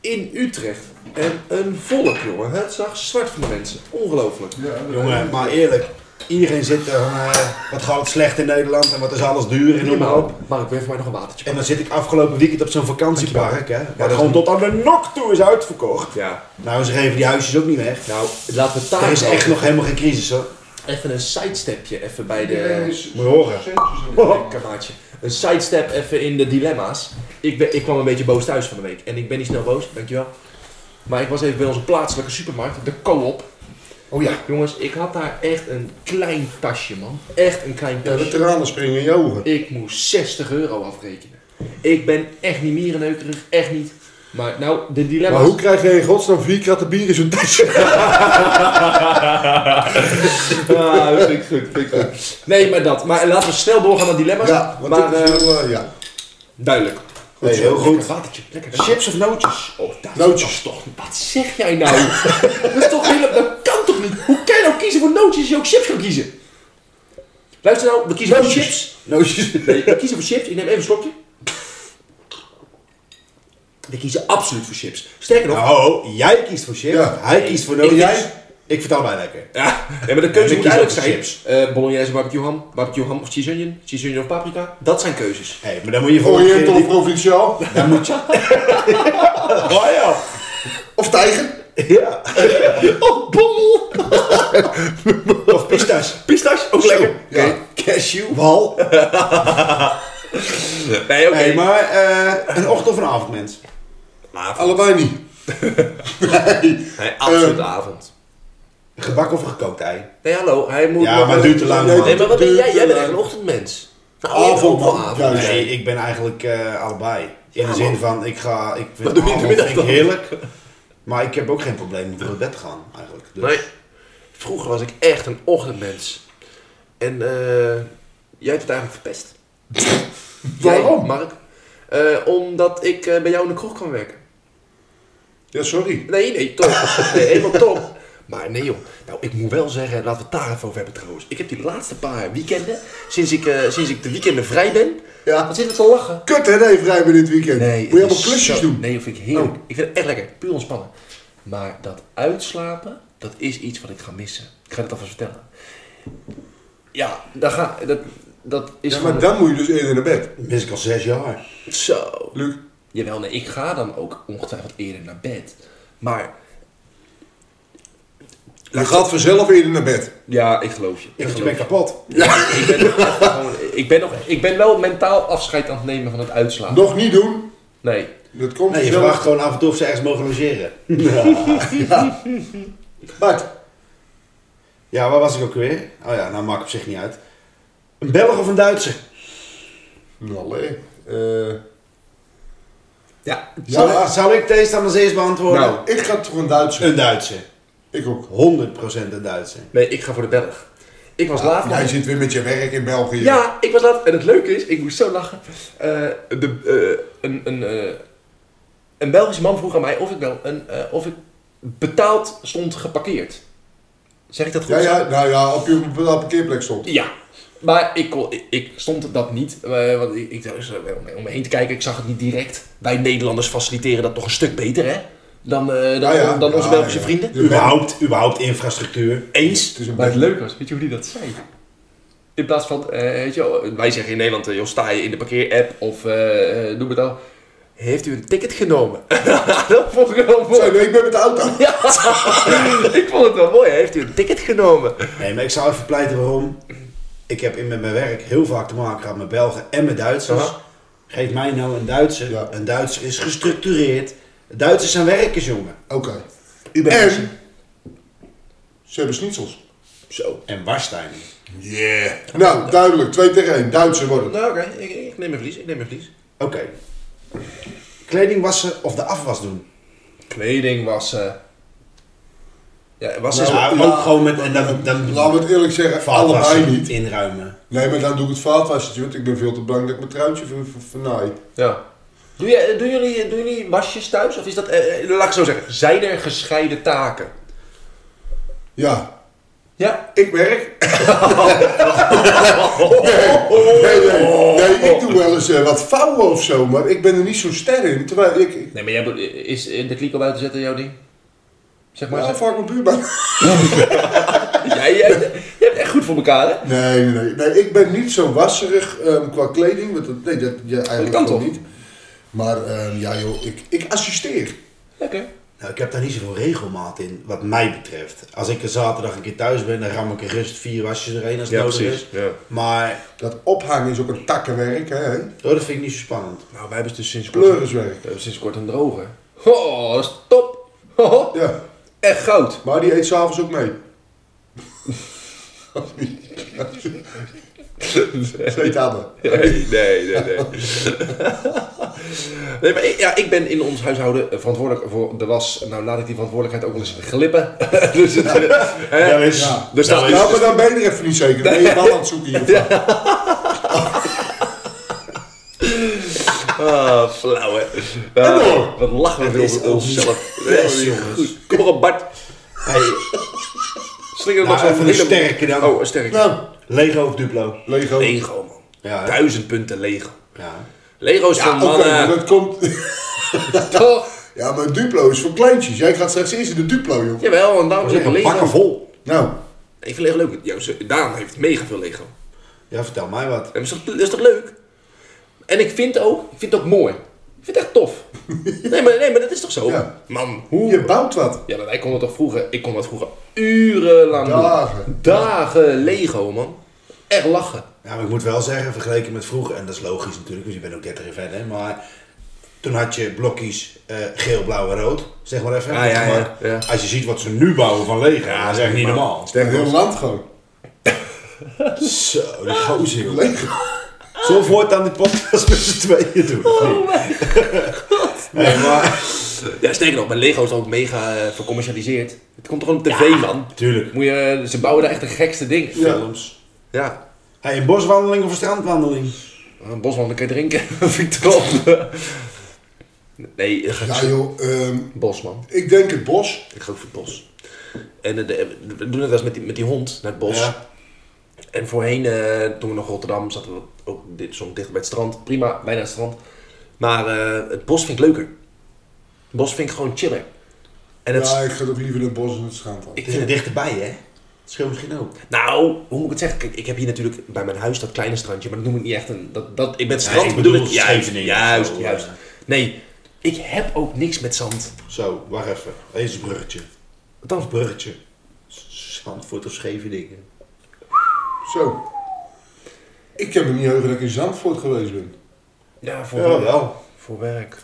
C: in Utrecht. En een volk, jongen. Het zag zwart van de mensen. Ongelooflijk.
A: Ja,
C: Eh,
D: Jongen, maar eerlijk. Iedereen zit er van, eh, wat gaat het slecht in Nederland en wat is alles duur en noem maar op.
C: Mark, weer voor mij nog een watertje?
D: En dan zit ik afgelopen weekend op zo'n vakantiepark, hè.
C: dat
D: Waar
C: is
D: gewoon
C: niet-
D: tot aan de nok toe is uitverkocht.
C: Ja.
D: Nou, ze geven die huisjes ook niet weg.
C: Nou, laten we daar
D: Er is echt nog helemaal geen crisis, hoor.
C: even een sidestepje even bij de
D: Moet je horen.
C: kamaatje. Een sidestep even in de dilemma's. Ik, ben, ik kwam een beetje boos thuis van de week. En ik ben niet snel boos, dankjewel. Maar ik was even bij onze plaatselijke supermarkt, de co-op.
A: Oh ja.
C: Jongens, ik had daar echt een klein tasje, man. Echt een klein
A: Ja, de
C: tasje.
A: tranen springen in jouw ogen.
C: Ik moest 60 euro afrekenen. Ik ben echt niet mierenneukerig, echt niet. Maar nou, de
A: Maar
C: dilemma's.
A: hoe krijg jij in godsnaam vier kratten bier in zo'n tasje?
C: Ah, dat vind ik goed, vind ik goed. Nee, maar dat. Maar laten we snel doorgaan naar dilemma's.
A: Ja, want
C: maar
A: dit is
C: eh,
A: heel, eh, ja.
C: duidelijk.
A: Goed zo.
D: heel goed.
C: Watertje, lekker.
D: Chips of nootjes?
C: Oh, dat
A: Nootjes.
C: is toch... Wat zeg jij nou? dat is toch helemaal... Dat kan toch niet? Hoe kan je nou kiezen voor nootjes als je ook chips kan kiezen? Luister nou, we kiezen voor
A: Nootjes.
C: chips.
A: Nootjes.
C: Nee, we kiezen voor chips. Ik neem even een slokje. We kiezen absoluut voor chips. Sterker nog...
D: Nou, ho, ho. jij kiest voor chips,
A: Ja.
D: hij kiest voor nootjes.
C: Ik-
D: Jij? Ik vertel mij lekker.
C: Ja, nee, maar de keuze
D: Ja,
C: moet
D: ik kies
C: duidelijk
D: ook
C: zijn.
D: voor
C: Chips. Bolognese, barbecue ham, barbecue ham of cheese onion, cheese onion of paprika. Dat zijn keuzes.
D: Hé, maar dan moet je voor
A: Oriëntal of provinciaal?
D: Dan moet je...
C: Oh ja!
A: Of tijger?
D: Ja.
C: Oh, bol!
D: Of pista's.
C: Pistache, ook lekker.
A: Ja.
C: Oké, Cashew.
D: Wal.
C: Nee, oké.
D: Nee, maar eh, een ochtend- of een avondmens.
A: Allebei niet.
C: Nee, absoluut
A: Ehm.
C: avond.
D: Gebak of een gekookt ei.
C: Nee, hallo, hij moet...
D: Ja, maar het duurt te lang,
C: Nee,
D: man.
C: maar wat ben jij? Jij bent echt een
A: Duurt
C: ochtendmens. Nou,
A: Avond,
C: jij bent ook wel
A: man.
C: avond.
A: Ja.
D: Nee, ik ben eigenlijk eh, allebei. In de
C: Ja,
D: zin
C: man.
D: van, ik ga... Ik vind
C: Wat doe je in de
D: avond
C: middag
D: vind ik
C: dan?
D: heerlijk. Maar ik heb ook geen probleem met naar bed gaan, eigenlijk. Dus-
C: Nee, vroeger was ik echt een ochtendmens. En eh jij hebt het eigenlijk verpest. Jij,
A: Waarom?
C: Mark. Eh, omdat ik eh, bij jou in de kroeg kan werken.
A: Ja, sorry.
C: Nee, nee, top. Nee, helemaal top. Maar nee joh, nou ik moet wel zeggen, laten we het daar even over hebben trouwens. Ik heb die laatste paar weekenden, sinds ik, eh, sinds ik de weekenden vrij ben,
A: Ja.
C: wat zit er te lachen?
A: Kut hè, nee, vrij bij dit weekend. Moet je
C: het
A: allemaal
C: is
A: klusjes
C: zo-
A: doen? Oh.
C: Nee, dat vind ik heerlijk. Ik vind het echt lekker, puur ontspannen. Maar dat uitslapen, dat is iets wat ik ga missen. Ik ga het alvast vertellen. Ja, dat, ga, dat, dat is
A: Ja,
C: gewoon
A: maar dan moet je dus eerder naar bed.
D: Dat mis ik al zes jaar.
C: Zo.
A: Luc.
C: Jawel, nee, ik ga dan ook ongetwijfeld eerder naar bed. Maar
A: Je gaat vanzelf eerder naar bed.
C: ja, ik geloof je.
D: Ik
C: Ik
D: want je
C: geloof
D: bent
C: je.
D: kapot.
C: Ja, ik ben, nog echt gewoon, ik, ben nog, ik ben wel mentaal afscheid aan het nemen van het uitslapen.
A: Nog niet doen.
C: Nee.
A: Dat komt
D: Nee, je
A: vanzelf.
D: vraagt gewoon af en toe of ze ergens mogen logeren.
A: Bart.
D: Ja, waar was ik ook weer? Oh ja, nou maakt op zich niet uit. Een Belg of een Duitser?
A: Nou, Allee. Eh,
C: Ja.
A: Ja.
D: Zal, ik- zal ik deze dan als eerst beantwoorden?
C: Nou. Eh.
A: ik ga toch een Duitser.
D: Een Duitser.
A: Ik ook.
D: 100% een Duitser.
C: Nee, ik ga voor de Belg. Ik
A: Ah,
C: was laat nog...
A: Jij zit weer met je werk in België.
C: Ja, ik was laat. En het leuke is, ik moest zo lachen. Eh, de, eh, een, een, eh, een Belgische man vroeg aan mij of ik, wel een, eh, of ik betaald stond geparkeerd. Zeg ik dat goed?
A: Ja, ja, nou ja, op je op een parkeerplek stond.
C: Ja. Maar ik, kon, ik, ik stond dat niet, eh, want ik, ik was, eh, om- om me heen te kijken, ik zag het niet direct. Wij Nederlanders faciliteren dat toch een stuk beter, hè? Dan, eh,
A: Ja,
C: dan,
A: ja.
C: dan onze
A: Ja,
C: Belgische
A: ja.
C: vrienden.
A: Ja.
D: Überhaupt, überhaupt infrastructuur.
C: Eens.
A: is een
C: maar het
A: beetje-
C: leuke was, weet je hoe die dat zei? In plaats van, eh, weet je, wel, wij zeggen in Nederland, eh, joh, sta je in de parkeerapp of eh, eh, noem het al. Heeft u een ticket genomen? dat vond ik wel
A: Zo,
C: mooi.
A: nee, ik ben met de auto.
C: Ja, ik vond het wel mooi. Heeft u een ticket genomen?
D: Nee, maar ik zal even pleiten waarom. Ik heb in met mijn werk heel vaak te maken gehad met Belgen en met Duitsers.
C: Aha.
D: Geef mij nou een Duitser.
A: Ja.
D: Een Duitser is gestructureerd. Duitsers zijn werkers, jongen.
A: Oké. En ze hebben schnitzels.
C: Zo.
D: En Warstein.
A: Yeah. Nou, duidelijk. 2 tegen 1. Duitser worden.
C: Nou, oké. Ik, ik neem mijn verlies. Ik neem mijn verlies.
D: Oké. Kleding wassen of de afwas doen?
C: Kleding wassen. Ja, dus- wassen
D: Nou,
C: is wel...
D: maar ook gewoon met... En dan, dan
A: Laten we het eerlijk zeggen, nou, allebei
D: vaatwassen
A: niet.
D: inruimen.
A: Nee, maar dan doe ik het vaatwassertje, want ik ben veel te bang dat ik mijn truitje ver- ver- vernaai.
C: Ja. Doe je, eh, doen, jullie, doen jullie wasjes thuis? Of is dat... eh, eh, laat ik het zo zeggen. Zijn er gescheiden taken?
A: Ja,
C: Ja,
A: ik werk. nee, nee, nee, nee, ik doe wel eens eh, wat vouwen of zo, maar ik ben er niet zo sterk in. Terwijl ik, ik
C: Nee, maar jij bedo- is in de kliko buiten zetten jouw ding? Zeg maar.
A: ja,
C: zeg-
A: vaak mijn buurman.
C: Jij, jij, jij hebt echt goed voor elkaar, hè?
A: Nee, nee, nee, nee. Ik ben niet zo wasserig ehm, qua kleding. Want dat, nee, dat, ja, eigenlijk
C: kan
A: gewoon
C: toch?
A: niet. Maar ehm, ja joh, ik, ik assisteer.
C: Lekker.
D: Nou, ik heb daar niet zoveel regelmaat in, wat mij betreft. Als ik een zaterdag een keer thuis ben, dan ram ik er rust vier wasjes erheen als het
C: Ja,
D: nodig
C: precies,
D: is.
C: ja.
D: Maar
A: Dat ophangen is ook een takkenwerk, hè?
D: oh, dat vind ik niet zo spannend.
C: Nou, wij hebben dus sinds kort,
A: Pleuriswerk.
C: we hebben sinds kort een droger. Oh, dat is top. Ho, ho.
A: Ja.
C: Echt goud.
A: Maar die eet s'avonds ook mee. Twee tanden.
C: Nee, nee, nee. Nee, nee maar ik, ja, ik ben in ons huishouden eh, verantwoordelijk voor de was. Nou, laat ik die verantwoordelijkheid ook wel eens glippen. dus, het, hè?
D: Ja, is.
A: Ja.
C: Dus dat-
A: Nou, maar dan ben je er even niet zeker. Dan ben je wel aan het zoeken hiervan.
C: Ah, flauw hè.
A: En
C: Ah,
A: door.
C: wat lachen we
D: Het
C: over
D: is
C: onszelf.
D: ook niet best, jongens.
C: Goed. Kom op Bart. Slinger
D: Nou,
C: nog zo'n
D: even een sterke dan.
C: Oh, een sterke.
A: Nou,
D: Lego of Duplo?
A: Lego.
C: Lego man.
D: Ja, hè?
C: Duizend punten Lego.
D: Ja.
C: Lego's
A: Ja,
C: van
A: Ah, oké, maar
C: mannen.
A: dat komt...
C: Toch?
A: Ja, maar Duplo is voor kleintjes. Jij gaat straks eerst in de Duplo, joh.
C: Jawel, want daarom zeg ik Lego.
D: Bakken vol.
A: Nou,
C: Even Lego leuk. Ja, ze- Daan heeft mega veel Lego.
D: Ja, vertel mij wat.
C: En Dat is, toch, dat is toch leuk? En ik vind ook, ik vind het ook mooi. Ik vind het echt tof. nee, maar, nee, maar dat is toch zo?
A: Ja.
C: Man, hoe?
A: je bouwt wat.
C: Ja, maar wij konden toch vroeger, ik kon dat vroeger urenlang doen.
A: Dagen.
C: Dagen Lego, man. Echt lachen.
D: Ja, maar ik moet wel zeggen, vergeleken met vroeger, en dat is logisch natuurlijk, want je bent ook 30 jaar verder, maar toen had je blokjes eh, geel, blauw en rood, zeg maar even.
C: Ja, ja, ja,
D: Maar
C: ja.
D: Als je ziet wat ze nu bouwen van Lego, dat is echt niet normaal.
A: Een heel land gewoon.
D: Zo, die gozer. joh.
A: Lego.
D: Zullen we voortaan die podcast met z'n tweeën doen? of niet? Nee, maar...
C: Ja, sterker nog, mijn Lego is ook mega eh, vercommercialiseerd. Het komt toch gewoon op tv, man.
D: Tuurlijk.
C: Dus Moet je, ze bouwen daar echt de gekste dingen.
A: Ja.
D: Films.
C: Ja.
D: Hey, een boswandeling of een strandwandeling?
C: Een boswandeling kan je drinken. Vind ik top. Nee, ik ga
A: Ja, joh. ehm,
C: bos, man.
A: ik denk het bos.
C: Ik ga ook voor het bos. En eh, de- we doen het wel eens met die, met die hond naar het bos.
D: Ja.
C: En voorheen, eh, toen we nog in Rotterdam zaten, we ook dit, soms dicht bij het strand. Prima, bijna het strand. Maar eh, het bos vind ik leuker. Het bos vind ik gewoon chiller. En het,
A: Ja, ik ga ook liever naar het bos en het strand dan.
C: ik
D: Het is
C: vind
D: er
C: het-
D: dichterbij, hè? Dat scheelt misschien ook.
C: nou, hoe moet ik het zeggen? Kijk, ik heb hier natuurlijk bij mijn huis dat kleine strandje, maar dat noem ik niet echt een... Dat, dat, ik ben strand,
D: ik
C: bedoel,
D: bedoel
C: ik... Juist,
D: Scheveningen of
C: juist,
D: zo,
C: juist.
D: eh.
C: Nee, ik heb ook niks met zand.
D: Zo, wacht even. Eens een bruggetje.
C: Wat dan?
D: Bruggetje. Zandvoort of Scheveningen.
A: Zo. Ik heb me niet heugen dat ik in Zandvoort geweest ben.
C: Ja, voor
D: Ja,
C: werk.
D: wel.
C: Voor werk.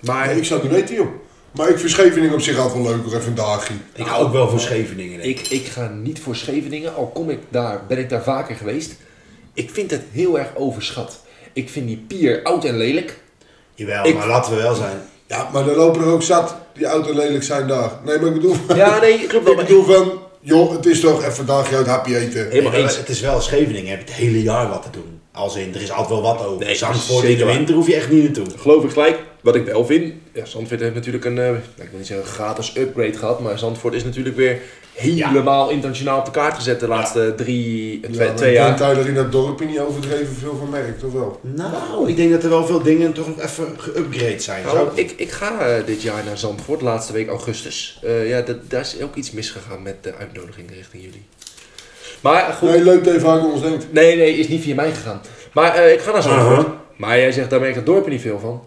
C: Maar...
A: Nee, ik zou het niet weten, joh. Maar ik vind Scheveningen op zich altijd wel leuk, hoor. Even een dagje.
D: Ik hou ook wel van Scheveningen. denk ik.
C: Ik, ik ga niet voor Scheveningen, al kom ik daar, ben ik daar vaker geweest. Ik vind het heel erg overschat. Ik vind die pier oud en lelijk.
D: Jawel,
C: Ik-
D: maar laten we wel zijn.
A: Ja, maar er lopen er ook zat die auto lelijk zijn daar. Nee, maar ik bedoel...
C: Ja, nee, klopt wel.
A: ik bedoel van... Joh, het is toch even een dagje uit hapje eten.
C: Helemaal
D: Nee,
C: eens.
D: Het is wel Scheveningen, heb je het hele jaar wat te doen. Als in, er is altijd wel wat over.
C: Nee,
D: Zandvoort in
C: zeker
D: de
C: waar.
D: winter hoef je echt niet naartoe.
C: Geloof ik gelijk, wat ik wel vind. Ja, Zandvoort heeft natuurlijk een, eh, nou, ik wil niet zeggen gratis upgrade gehad, maar Zandvoort is natuurlijk weer helemaal internationaal op de kaart gezet de laatste drie, eh, twee,
A: Ja, maar
C: twee
A: ik
C: jaar.
A: denk dat je er in dat dorpje niet overdreven veel van merkt, of wel?
D: Nou, ik denk dat er wel veel dingen toch nog even geüpgrade zijn.
C: Nou,
D: Zou ik-
C: ik, ik ga eh, dit jaar naar Zandvoort, laatste week augustus. Eh, ja, dat- daar is ook iets misgegaan met de uitnodiging richting jullie. Maar eh, goed,
A: Nee, leuk dat je vaak aan ons denkt.
C: Nee, nee, is niet via mij gegaan. Maar eh, ik ga naar Zandvoort.
D: Uh-huh.
C: Maar jij zegt, daar merk ik het dorp er niet veel van.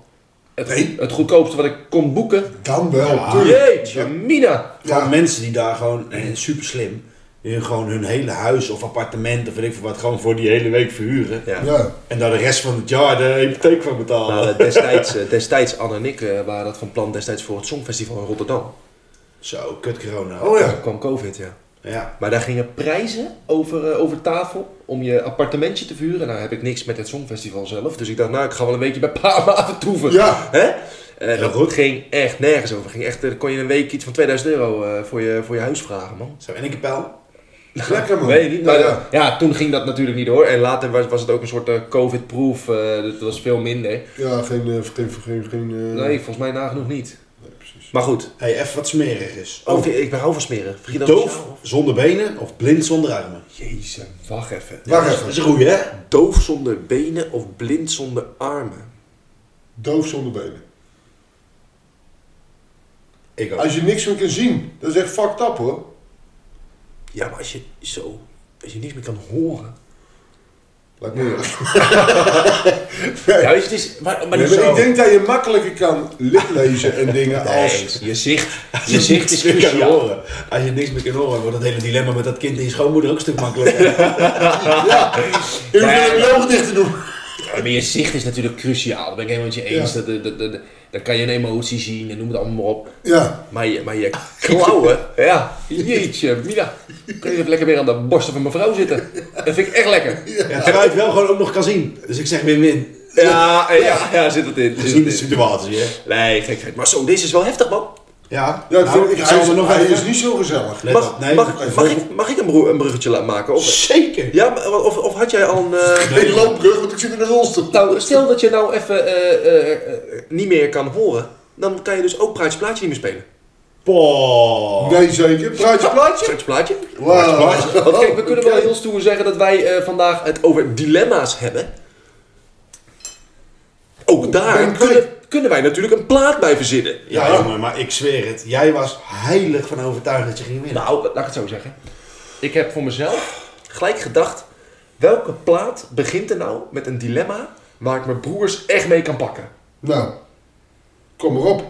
C: Het,
A: Nee. Ah.
C: het goedkoopste wat ik kon boeken.
A: Dan wel,
D: Ja.
A: tuurlijk.
C: Jeetje, Mina.
D: Gewoon
A: Ja.
D: mensen die daar gewoon, en super slim, die gewoon hun hele huis of appartement of weet ik veel wat, gewoon voor die hele week verhuren.
C: Ja.
A: Ja.
D: En daar de rest van het jaar de hypotheek van betalen.
C: Nou, eh, destijds, eh, destijds, Anne en ik eh, waren dat van plan destijds voor het Songfestival in Rotterdam.
D: Zo, kut corona.
A: Oh ja.
C: Toen kwam COVID, ja.
D: Ja.
C: Maar daar gingen prijzen over, eh, over tafel om je appartementje te vuren. Nou heb ik niks met het Songfestival zelf. Dus ik dacht, nou, ik ga wel een weekje bij Pama vertoeven.
A: Ja.
C: Hè? Eh,
D: Ja,
C: dat
D: goed.
C: ging echt nergens over. Ging echt, eh, dan kon je een week iets van 2000 euro eh, voor, je, voor je huis vragen, man.
D: Zo, en ik heb pijl.
A: Lekker, man.
C: Weet ik niet, maar eh,
A: Ja,
C: ja,
A: ja.
C: toen ging dat natuurlijk niet door. En later was, was het ook een soort eh, covid-proof, eh, dat was veel minder.
A: Ja, geen... eh, geen, geen, geen eh,
C: Nee, volgens mij nagenoeg niet.
A: nee, precies.
C: Maar goed,
D: Hey, even wat smerig is.
C: oh, ik- ik ben hou van smeren. Vergeet dat
D: Doof
C: speciaal?
D: zonder benen of blind zonder armen?
C: Jezus, wacht even.
A: Wacht
D: Dat
A: even.
D: is een goeie, hè?
C: Doof zonder benen of blind zonder armen?
A: Doof zonder benen.
D: Ik ook.
A: Als je niks meer kan zien, dat is echt fucked up, hoor.
C: Ja, maar als je zo, als je niks meer kan horen.
A: Lijkt me heel erg.
C: Ja, weet je, het is, maar, maar
A: Nee,
C: niet
A: maar
C: zo.
A: ik denk dat je makkelijker kan liplezen en dingen als...
C: Nee, je zicht, je zicht is
D: niks meer kan
C: cruciaal.
D: horen. Als je niks meer kan horen, wordt het hele dilemma met dat kind en je schoonmoeder ook een stuk makkelijker.
A: Je hoeft
C: Nee.
A: alleen je ogen dicht te doen.
C: Ja, Maar je zicht is natuurlijk cruciaal, daar ben ik helemaal met je eens.
A: Ja.
C: Dat, dat, dat, dat- dan kan je een emotie zien en noem het allemaal maar op.
A: Ja.
C: Maar je, maar je klauwen, ja, jeetje, Mina. Kun je even lekker weer aan de borsten van mijn vrouw zitten? Dat vind ik echt lekker.
D: Ja, terwijl je het wel gewoon ook nog kan zien. Dus ik zeg win-win.
C: Ja, ja, ja, zit het in.
D: Dat is
C: Zit
D: niet de
C: het in.
D: situatie, hè?
C: Nee, gekheid. Maar zo, deze is wel heftig, man.
D: Ja,
A: Ja,
D: nou,
A: ik,
D: ik
A: hij,
D: zal
A: is,
D: er nog
A: hij
D: even...
A: is niet zo gezellig.
D: Let
C: Mag,
D: op, nee,
C: mag, mag, ik, mag ik een, bro- een bruggetje laten maken? Of,
D: Zeker!
C: ja, maar- of, of had jij al een... eh,
A: Nee, loopbrug, want ik zit in de rolstoel.
C: Nou, stel dat je nou even eh, eh, eh, niet meer kan horen. Dan kan je dus ook Praatje Plaatje niet meer spelen.
D: Poh.
A: Nee, zeker. Praatje, plaatje.
C: Praatje Plaatje?
A: Wauw.
C: Want kijk, we kunnen wel
A: Oké.
C: heel stoer zeggen dat wij eh, vandaag het over dilemma's hebben. Ook daar
A: ben ik
C: kunnen, kunnen wij natuurlijk een plaat bij verzinnen.
D: Ja, jongen, maar ik zweer het. Jij was heilig van overtuigd dat je ging winnen.
C: Nou, laat ik het zo zeggen. Ik heb voor mezelf gelijk gedacht, welke plaat begint er nou met een dilemma waar ik mijn broers echt mee kan pakken?
A: Nou, kom maar op.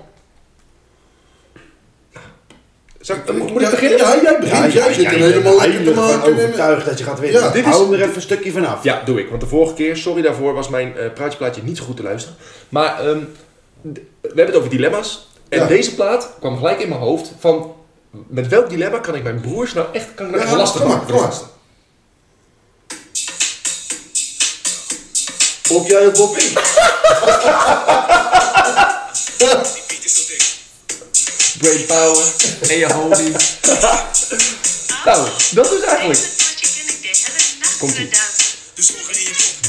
C: Zal ik- moet ik beginnen?
A: Ja, jij begint. jij zit er
D: bent
A: helemaal lekker te
D: heilig van
A: maken. en-
D: overtuigd dat je gaat winnen.
A: Ja,
D: dit
A: dit
D: is...
A: is-
D: Hou hem er even een stukje vanaf.
C: Ja, doe ik. Want de vorige keer, sorry daarvoor, was mijn eh praatjeplaatje niet zo goed te luisteren. Maar ehm, d- we hebben het over dilemma's. En
A: Ja.
C: deze plaat kwam gelijk in mijn hoofd van... Met welk dilemma kan ik mijn broers nou echt, kan ik nou echt
A: Ja,
C: lastig
A: kom maar,
C: maken?
A: kom maar. Op jij of op ik?
C: Brain power en je homie. nou, dat is eigenlijk...
E: Komt-ie.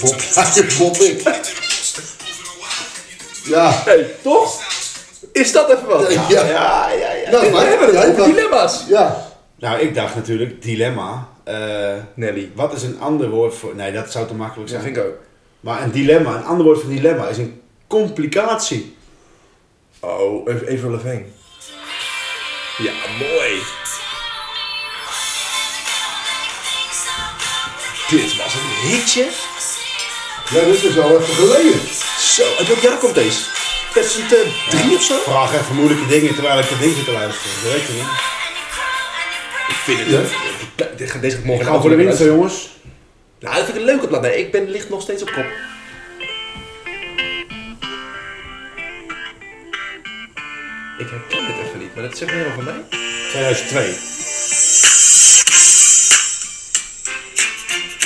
A: Bob jij of op ik? Ja.
C: Hey, toch? Is dat even wat?
A: Ja.
D: ja, ja. ja.
A: Nou,
C: We
A: maar
C: hebben het
A: jij
C: over
A: mag-
C: dilemma's.
A: Ja.
D: Nou, ik dacht natuurlijk, dilemma. eh,
C: Nelly.
D: wat is een ander woord voor... Nee, dat zou te makkelijk
C: Dat
D: zijn.
C: vind ik ook.
D: Maar een dilemma, een ander woord voor dilemma is een complicatie.
C: Oh, even, even Leveen. Ja, mooi. Dit was een hitje.
A: Ja, dit is al even geleden.
C: Zo, uit welk jaar komt deze? 2003 of zo?
D: Vraag even moeilijke dingen terwijl ik de dingen te luisteren. Dat weet je niet.
C: Ik vind het
A: Ja.
C: leuk. Dit gaat- Deze gaat morgen
D: Ik ga voor de winst,
C: Nou,
D: jongens.
C: dat vind ik een leuke plaat. Nee, ik ben licht nog steeds op kop. Ik herken het even niet, maar dat zegt helemaal van mij.
D: 2002.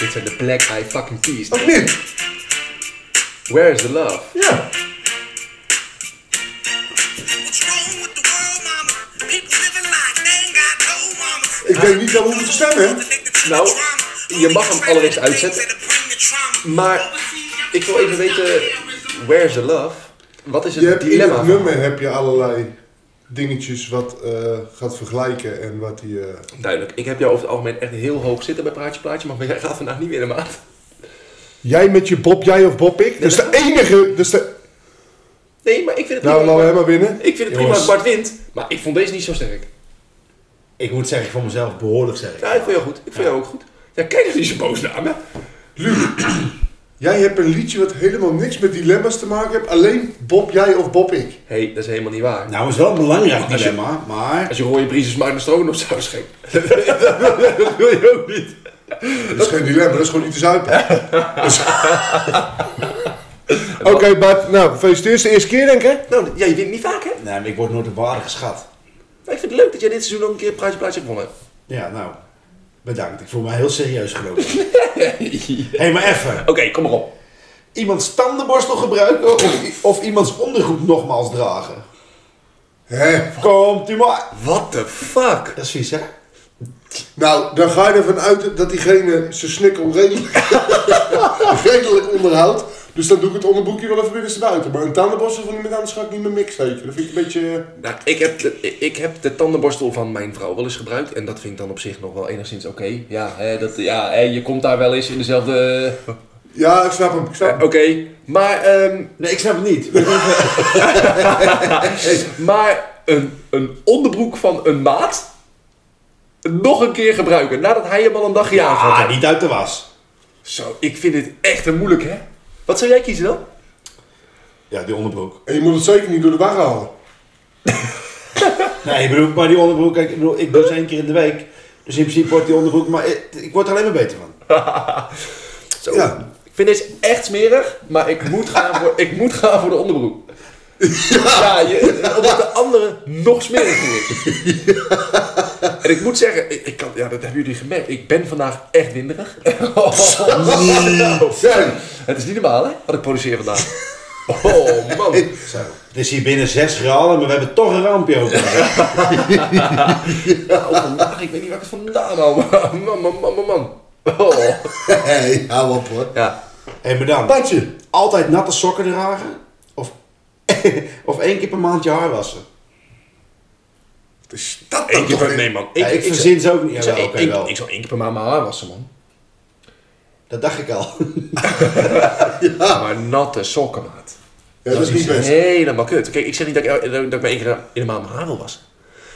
C: Dit zijn de Black Eye fucking Peas.
A: Of niet?
C: Where is the love?
A: Ja. Ik weet niet dat we moeten stemmen. hè?
E: Nou, je mag hem allereerst uitzetten.
C: Maar ik wil even weten, where's the love? Wat is het
A: Je hebt in
C: dilemma?
A: het nummer heb je allerlei dingetjes wat eh, gaat vergelijken en wat die... eh,
C: Duidelijk, ik heb jou over het algemeen echt heel hoog zitten bij Praatje Plaatje, maar jij gaat vandaag niet meer in de maat.
A: Jij met je Bob, jij of Bob ik? Dat is de enige... Dat is de...
C: Nee, maar ik vind het
A: Nou,
C: prima.
A: laten we hem maar winnen.
C: ik vind het prima
D: Jongens.
C: dat Bart wint, maar ik vond deze niet zo sterk.
D: Ik moet zeggen, voor mezelf behoorlijk zeg ik.
C: Ja, ik vond jou goed. Ik vond jou ook goed. Ja, kijk dat is je boosnaam, hè?
A: Jij hebt een liedje wat helemaal niks met dilemma's te maken heeft. Alleen Bob, jij of Bob ik.
C: hey, dat is helemaal niet waar.
D: Nou, is wel een belangrijk
C: Als je-
D: dilemma, maar...
C: Als je rode briezes maar naar stroom op zou schenken. dat wil je ook niet.
A: Dat is geen dilemma, dat is gewoon niet te zuipen. Dus- Oké, Bart. Nou, feliciteer de eerste keer, denk ik.
C: Nou, jij wint niet vaak, hè?
D: Nee, maar ik word nooit op waarde geschat.
C: Maar ik vind het leuk dat jij dit seizoen ook een keer Praatje Plaatje hebt gewonnen.
D: Ja, nou, bedankt. Ik voel me heel serieus genomen. Hé, hey, maar even.
C: Oké, kom maar op.
D: Iemands tandenborstel gebruiken of, of iemands ondergoed nogmaals dragen?
A: Hè?
D: Komt u maar.
C: What the fuck?
D: Dat is vies, hè?
A: Nou, dan ga je ervan uit dat diegene zijn snikkel redelijk, redelijk onderhoudt. Dus dan doe ik het onderbroekje wel even binnenste buiten. Maar een tandenborstel van iemand anders ga ik niet meer mixen. zeker. Dat vind ik een beetje... eh,
C: Nou, ik heb, de, ik heb de tandenborstel van mijn vrouw wel eens gebruikt. En dat vind ik dan op zich nog wel enigszins oké. Ja, hè, dat, ja hè, je komt daar wel eens in dezelfde... Eh,
A: Ja, ik snap hem. Ik snap hem.
C: Oké, maar, ehm,
D: Nee, ik snap het niet.
C: eh, maar een, een onderbroek van een maat... nog een keer gebruiken nadat hij hem al een dagje aanvatte.
D: Ah, niet uit de was.
C: Zo, ik vind dit echt een moeilijk, hè? Wat zou jij kiezen dan?
D: Ja, die onderbroek.
A: En je moet het zeker niet door de war halen.
D: Nee, ik bedoel, maar die onderbroek, kijk, ik bedoel, ik doe ze één keer in de week. Dus in principe wordt die onderbroek, maar ik, ik word er alleen maar beter van.
C: Zo.
A: Ja.
C: Ik vind deze echt smerig, maar ik moet gaan voor, ik moet gaan voor de onderbroek. Ja, je, omdat de andere nog smeriger is. En ik moet zeggen, ik, ik kan, ja, dat hebben jullie gemerkt, ik ben vandaag echt winderig.
A: Zijn.
C: Het is niet normaal, hè, wat ik produceer vandaag. Oh, man.
D: Zo. Het is hier binnen 6 graden, maar we hebben toch een rampje open.
C: Oh, vandaag, ik weet niet waar ik het vandaan haal. Man, man, man, man, man. Oh.
A: Hé, hou op hoor.
C: Ja.
D: Hé, maar dan,
A: Patje.
D: altijd natte sokken dragen? Of, of één keer per maand je haar wassen?
A: Wat is dat
C: Eén
A: dan
C: keer
A: toch
C: per...
A: weer?
C: Nee, man.
D: Ja, ik verzin ze ook niet.
C: Ik zou,
D: Jawel,
C: één-
D: oké,
C: één-
D: wel.
C: ik zou één keer per maand mijn haar wassen, man.
D: Dat dacht ik al.
C: Maar natte sokken, maat.
A: Ja, dat is niet best.
C: helemaal kut. Kijk, ik zeg niet dat ik, el- dat ik dat ik maar één keer in de maand mijn haar wil wassen.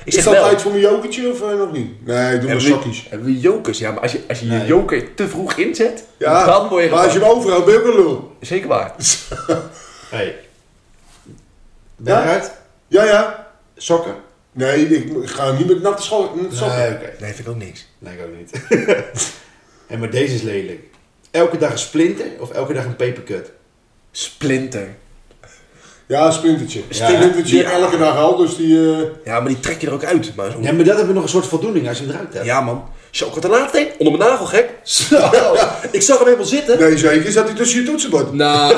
C: Ik
A: Is
C: zeg
A: dat
C: wel...
A: tijd voor mijn jokertje of eh, nog niet? Nee, doe maar
C: hebben we,
A: zakjes.
C: hebben we jokers? Ja, maar als je, als je je joker te vroeg inzet,
A: Ja,
C: dan word je
A: maar als je
C: gepakt.
A: hem overhoudt, ben je ook een lul.
C: Zeker waar.
D: Hey. Daaruit?
A: Ja, ja.
D: Sokken?
A: Nee, ik ga niet met natte scho- natte sokken.
D: Nee, oké.
C: Nee, vind ik ook niks.
D: Nee, ik ook niet. en maar deze is lelijk. Elke dag een splinter of elke dag een papercut?
C: Splinter.
A: Ja, splintertje.
D: Ja.
A: Splintertje
C: Ja.
A: elke dag al, dus die... eh,
C: Ja, maar die trek je er ook uit. Maar zo...
D: Ja, maar dat heb je nog een soort voldoening als je hem eruit hebt.
C: Ja, man. Chocotelaatding? Onder mijn nagel, gek. Zo. Ik zag hem helemaal zitten.
A: Nee, zeker. Zat hij tussen je toetsenbord?
C: Nou.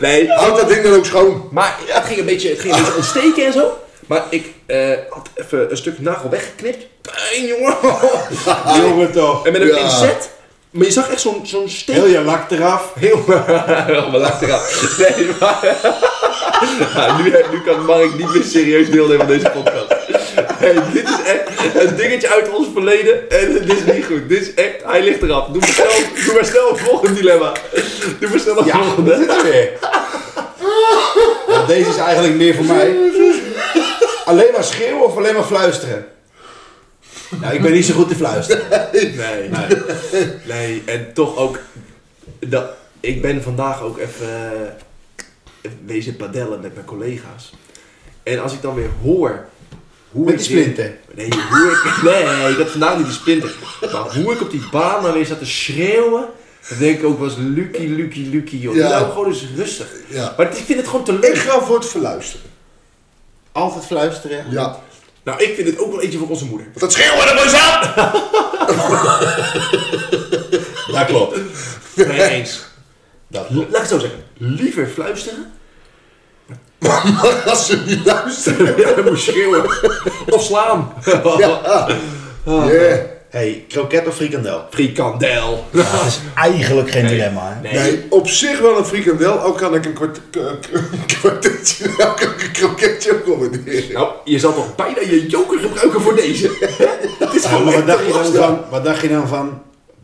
C: nee.
A: Houd dat ding dan ook schoon.
C: Maar het ging een beetje, het ging een beetje ontsteken en zo. Maar ik eh, had even een stuk nagel weggeknipt. Pijn, jongen.
D: Jongen toch.
C: En met een
A: Ja.
C: pincet. Maar je zag echt zo'n zo'n steek.
D: Heel je lak eraf.
C: Heel maar laat eraan. Nee, maar... Ja, nu, nu kan Mark niet meer serieus deelnemen aan deze podcast. Hey, dit is echt een dingetje uit ons verleden en dit is niet goed. Dit is echt, hij ligt eraf. Doe maar snel, doe maar snel een volgend dilemma. Doe maar snel een
D: Ja, dat
C: volgende.
D: zit er weer. Want Nou, deze is eigenlijk meer voor mij. Alleen maar schreeuwen of alleen maar fluisteren? Nou, ik ben niet zo goed te fluisteren.
C: Nee, nee. Nee, en toch ook... Dat, ik ben vandaag ook even eh, wezen padellen met mijn collega's. En als ik dan weer hoor... Hoe
D: Met
C: ik
D: die
C: weer-
D: splinter.
C: Nee, hoe ik, nee, dat vandaag niet die splinter. Maar hoe ik op die baan nou weer zat te schreeuwen. Dan denk ik ook was Lucky, Lucky, Lucky, joh.
A: Ja.
C: Nou, gewoon eens rustig.
A: Ja.
C: Maar het- ik vind het gewoon te
A: Ik
C: leuk.
A: ga voor het verluisteren.
D: Altijd fluisteren.
A: Ja. Want
C: Nou, ik vind het ook wel eentje voor onze moeder.
A: dat schreeuwen er maar eens aan!
D: Dat klopt.
C: Nee, eens.
D: Dat
C: L-
D: klopt.
C: Laat ik het zo zeggen. Liever fluisteren.
A: Maar als ze niet luisteren...
C: Ja, dan moet je schreeuwen. Ah. Of slaan.
A: Yeah.
D: hey, kroket of frikandel?
C: Frikandel.
D: Dat is eigenlijk geen dilemma. hè?
A: Nee, op zich wel een frikandel, ook kan ik een kwart- k- k- een kwartetje, ook kan ik een kroketje ook combineren.
C: Nou, je zal toch bijna je joker gebruiken voor deze? Dat is
D: Ja,
C: gewoon
D: maar
C: echt
D: wat dacht,
C: te
D: je dan
C: lastig.
D: van, wat dacht je dan van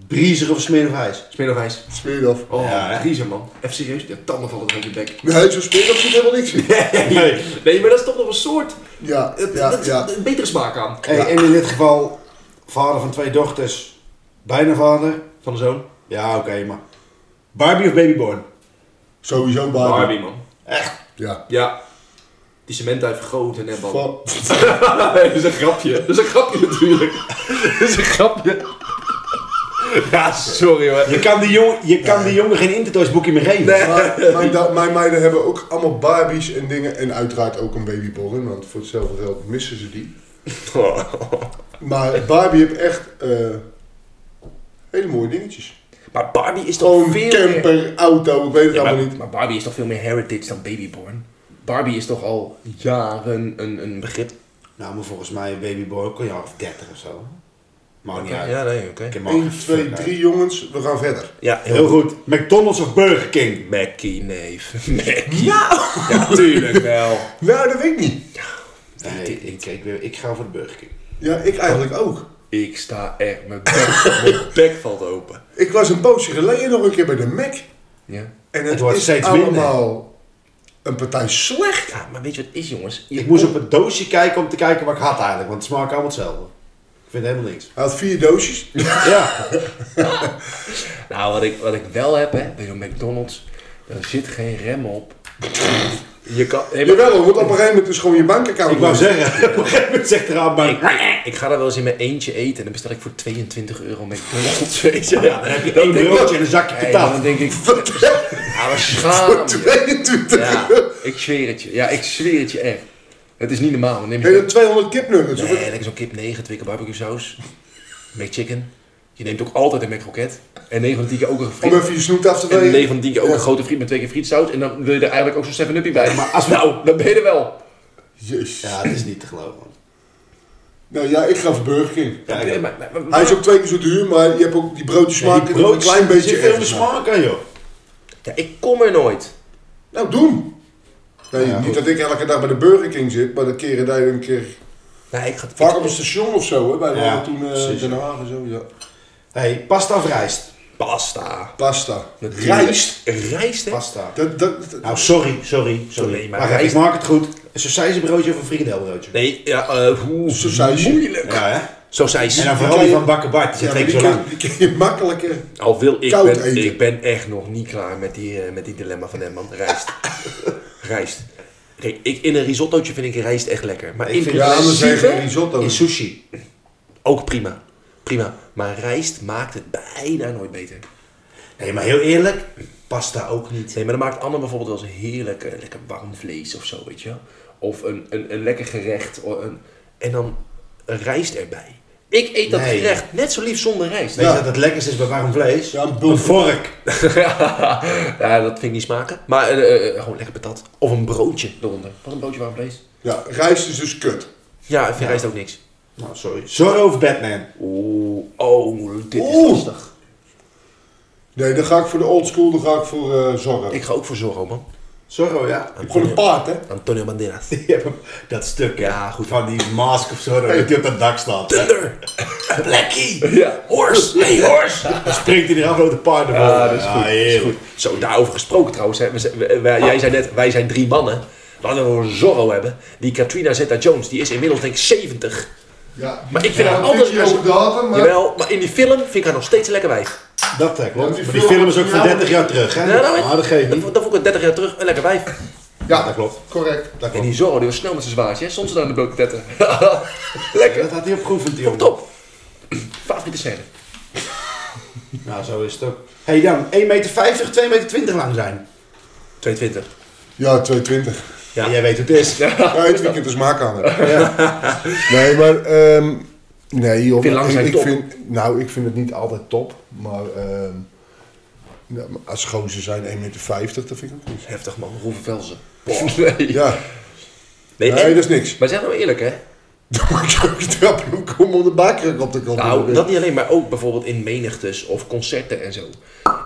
D: briezer of smerig ijs?
C: Smeer of ijs?
A: Smeer af.
C: Oh,
D: Ja, hè?
C: vriezer man. Even serieus, de tanden vallen uit je bek.
A: Nee, zo'n smeer zit helemaal niks in.
D: Nee.
C: Nee, maar dat is toch nog een soort.
A: Ja,
C: Het,
A: ja,
C: dat is
A: ja.
C: een betere smaak aan.
D: Hey, En in dit geval, vader van twee dochters, bijna vader.
C: Van de zoon.
D: Ja, oké, maar. Barbie of Babyborn?
A: Sowieso Barbie.
C: Barbie, man.
A: Ja.
C: Ja. Die cement heeft gegoten en bal.
A: Van-
C: dat is een grapje. Dat is een grapje natuurlijk. dat is een grapje. Ja, sorry hoor.
D: Je kan die jongen, je kan die jongen geen Intertoys boekje meer geven.
A: Maar mijn, da- mijn meiden hebben ook allemaal Barbies en dingen. En uiteraard ook een babyborn, want voor hetzelfde geld missen ze die. Maar Barbie heeft echt eh, hele mooie dingetjes.
C: Maar Barbie is toch
A: Gewoon
C: veel meer...
A: camper, auto, ik weet het allemaal
C: Maar,
A: niet.
C: maar Barbie is toch veel meer heritage dan Babyborn? Barbie is toch al jaren een, een begrip?
D: Nou, maar volgens mij Babyborn kon je al 30 of zo. Maakt niet uit.
C: nee, oké.
D: Ik heb hem al
A: 1,
D: geen
A: 2,
D: fuck
A: 3 jongens, we gaan verder.
C: Ja,
D: uit. Heel goed. McDonald's of Burger King?
C: Mackie, neef. Mackie. Ja! Natuurlijk wel.
A: Nou, dat weet ik niet.
D: Nee, ik, ik, wil- ik ga voor de Burger King.
A: Ja, ik eigenlijk ook.
C: Ik sta echt, mijn bek, mijn bek valt open.
A: Ik was een poosje geleden nog een keer bij de Mac.
C: Ja.
A: En het,
D: Het wordt
A: is
D: steeds
A: allemaal een partij slecht.
C: Ja, maar weet je wat het is, jongens? Je
D: Ik moest
C: komt-
D: op het doosje kijken om te kijken wat ik had eigenlijk, want het smaakt allemaal hetzelfde. Ik vind helemaal niks.
A: Hij had vier doosjes.
D: Ja,
C: Nou, wat ik, wat ik wel heb, hè, bij zo'n McDonald's, er zit geen rem op. Je kan... nee, maar-
A: Jawel, want op een gegeven moment is gewoon je bankaccount.
D: ik wou
A: leeg.
D: zeggen, op een gegeven moment zegt er aan
C: Ik,
D: maar.
C: ik, ik ga daar wel eens in mijn eentje eten en dan bestel ik voor 22 euro McDonald's, weet je.
D: Ja, "Ah, dan heb je één
C: denk ik-
D: broodje en een zakje
C: Hey,
D: patat.
C: Dan denk ik, ja,
A: Voor
C: maar schaam je.
A: 22
C: Ja,
A: euro.
C: ik zweer het je. Ja, ik zweer het je echt. Het is niet normaal. Dan neem je
A: Heb je dan 200 kipnuggets?
C: Nee, lekker zo'n kip 9, twee keer barbecue saus. McChicken. Je neemt ook altijd een McRoket. En 9 van de 10 keer ook een
A: Om
C: friet.
A: even je snoet af te
C: En 9
A: wegen.
C: van de 10 keer ook een grote friet met twee keer frietsaus. En dan wil je er eigenlijk ook zo'n 7-upje bij.
D: maar als we-
C: Nou, dan ben je er wel.
A: Jezus.
D: Ja, het is niet te geloven. man.
A: Nou ja, ik ga voor Burger King.
D: Ja,
C: Nee,
D: ik-
C: maar- maar- maar-
A: Hij is ook twee keer zo duur, maar je hebt ook die broodjes
D: Ja,
A: smaak
D: die
A: en nog een
D: broodjes,
A: klein beetje
D: er zit veel
A: ergens
D: meer smaak aan, joh.
C: Ja, ik kom er nooit.
A: naar. Nou, doen. Nee,
D: Ja,
A: niet
D: goed.
A: dat ik elke dag bij de Burger King zit, maar de keren dat je een keer...
C: Nou, ik ga...
A: Vaak op een station of zo, hè, bij
D: Ja,
A: ja, toen eh
D: precies.
A: Den Haag en zo, ja.
D: hey, pasta of rijst?
C: Pasta.
A: Pasta.
C: Natuurlijk.
A: Rijst.
C: Rijst, hè?
D: Pasta.
A: Dat, dat, dat-
D: Nou, sorry, sorry, sorry.
C: Nee, maar
D: maar
C: rijst-
D: ik maak het goed. Een saucijzenbroodje of een frikandelbroodje?
C: Nee, ja, eh, hoe
A: Sausijsje.
C: moeilijk.
D: Ja, hè?
C: Sausijs.
D: En dan vooral die van Bakken Bart, die
A: ja,
D: zit
A: maar die,
D: even zo lang.
A: kun, die kun je makkelijker...
C: Al wil ik,
A: Koud
C: ben,
A: eten.
C: ik ben echt nog niet klaar met die, eh, met die dilemma van hem, man. Rijst. rijst. Kijk, ik, in een risottootje vind ik rijst echt lekker. Maar
D: Ik
C: in
D: vind-
A: Ja, anders
C: principe
A: zeggen risotto.
D: In sushi.
C: ook prima. Prima. Maar rijst maakt het bijna nooit beter.
D: Nee, maar heel eerlijk, pasta ook niet.
C: Nee, maar dan maakt Anne bijvoorbeeld wel eens heerlijk eh, lekker warm vlees of zo, weet je wel. Of een, een, een lekker gerecht. Of een, en dan rijst erbij. Ik eet dat
D: Nee.
C: gerecht net zo lief zonder rijst.
D: Weet
A: Ja.
D: je dat het lekkerste is bij warm vlees?
A: Ja, een
D: een
A: bulk.
D: vork.
C: ja, dat vind ik niet smaken. Maar eh, eh, gewoon lekker patat. Of een broodje eronder. Wat een broodje warm vlees.
A: Ja, rijst is dus kut.
C: Ja, ik vind rijst ook niks.
D: Nou, sorry. Zorro of Batman?
C: Oeh, oh, dit is
A: Oeh.
C: lastig.
A: Nee, dan ga ik voor de old school, dan ga ik voor eh zorgen.
C: Ik ga ook voor Zorro, man.
D: Zorro, ja.
A: Voor een paard, hè.
C: Antonio Banderas.
D: Die hebben dat stuk, hè,
C: Ja, goed.
D: Van die mask of zo, dat hij op dat dak staat. hè.
C: Thunder!
D: Blackie!
C: Ja. Horse! Hey, horse!
D: Dan springt hij eraf over de paarden.
C: Ja, dat is goed. dat is
D: heerlijk.
C: goed. Zo, daarover gesproken trouwens. Hè. We zijn- we- we- jij zei net, wij zijn drie mannen. Laten we een Zorro hebben. Die Katrina Zeta-Jones, die is inmiddels denk ik 70.
A: Ja.
C: Maar ik vind
A: Ja,
C: haar
A: een
C: anders...
A: beetje over datum, maar-
C: Jawel, maar in die film vind ik haar nog steeds een lekker wijf.
D: Dat eh, klopt.
A: Ja, die
D: maar die
A: film-
D: film is ook van
A: Ja,
D: 30 jaar terug, hè?
C: Ja, nou,
D: Ah, dat geeft niet.
C: Dat, dat vond ik 30 jaar terug een lekker wijf.
A: Ja,
D: dat klopt.
A: Correct.
D: Dat
C: En
D: klopt.
C: die Zorro, die was snel met zijn zwaardje, hè? soms dan in de blote tetten.
D: Dat had hij opgeoefend, die jongen.
C: Top! Favoriete scène.
D: Nou, zo is het ook. hey dan, 1,50 meter, 2,20 meter lang zijn.
C: 220.
A: Ja, 220.
C: Ja.
D: Jij weet hoe het is.
A: Ja, het weekend is maakkamer. Nee, maar... ehm, nee, joh.
C: Ik vind lang zijn
A: ik
C: top.
A: Vind, nou, ik vind het niet altijd top, maar... ehm, nou, maar als gozer zijn 1,50 meter, dat vind ik ook niet.
C: Heftig man, Roeven Velzen. Nee.
A: Ja,
C: Nee,
A: nee,
C: en-
A: dat is niks.
C: Maar zeg nou eerlijk hè.
A: Dan moet je ook de trappenhoek om om de bakker op te komen.
C: Nou, dat niet alleen, maar ook bijvoorbeeld in menigtes of concerten en zo.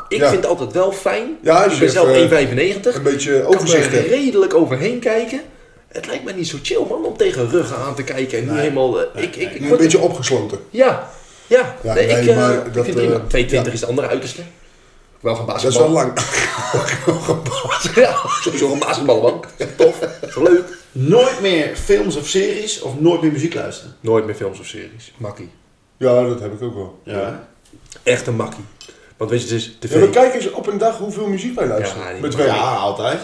C: Ik
A: Ja.
C: vind het altijd wel fijn.
A: Ja, als
C: ik
A: je
C: ben zelf
A: even,
C: 1,95.
A: een beetje
C: Ik
A: overzicht
C: kan er
A: hebt.
C: redelijk overheen kijken. Het lijkt me niet zo chill man om tegen ruggen aan te kijken en niet helemaal... eh, ik, ik, ik
A: Een
C: word-
A: beetje opgesloten.
C: Ja, ja.
A: Ja,
C: nee, ik,
A: nee,
C: eh,
A: maar
C: ik
A: dat,
C: vind het prima.
A: eh,
C: 220 is de andere uiterste. Wel van
A: Dat is
C: basketbal.
A: wel lang.
C: Ja, sowieso een basketbal man. Tof, is toch leuk.
D: Nooit meer films of series of nooit meer muziek luisteren.
C: Nooit meer films of series. Makkie.
A: Ja, dat heb ik ook wel.
D: Ja.
C: Echt een makkie. Want weet je, het is
A: Ja, maar
C: tv.
A: kijk eens op een dag hoeveel muziek wij luisteren.
C: Ja, die-
A: Met
C: ja.
A: werk. Ja.
D: Ja, altijd.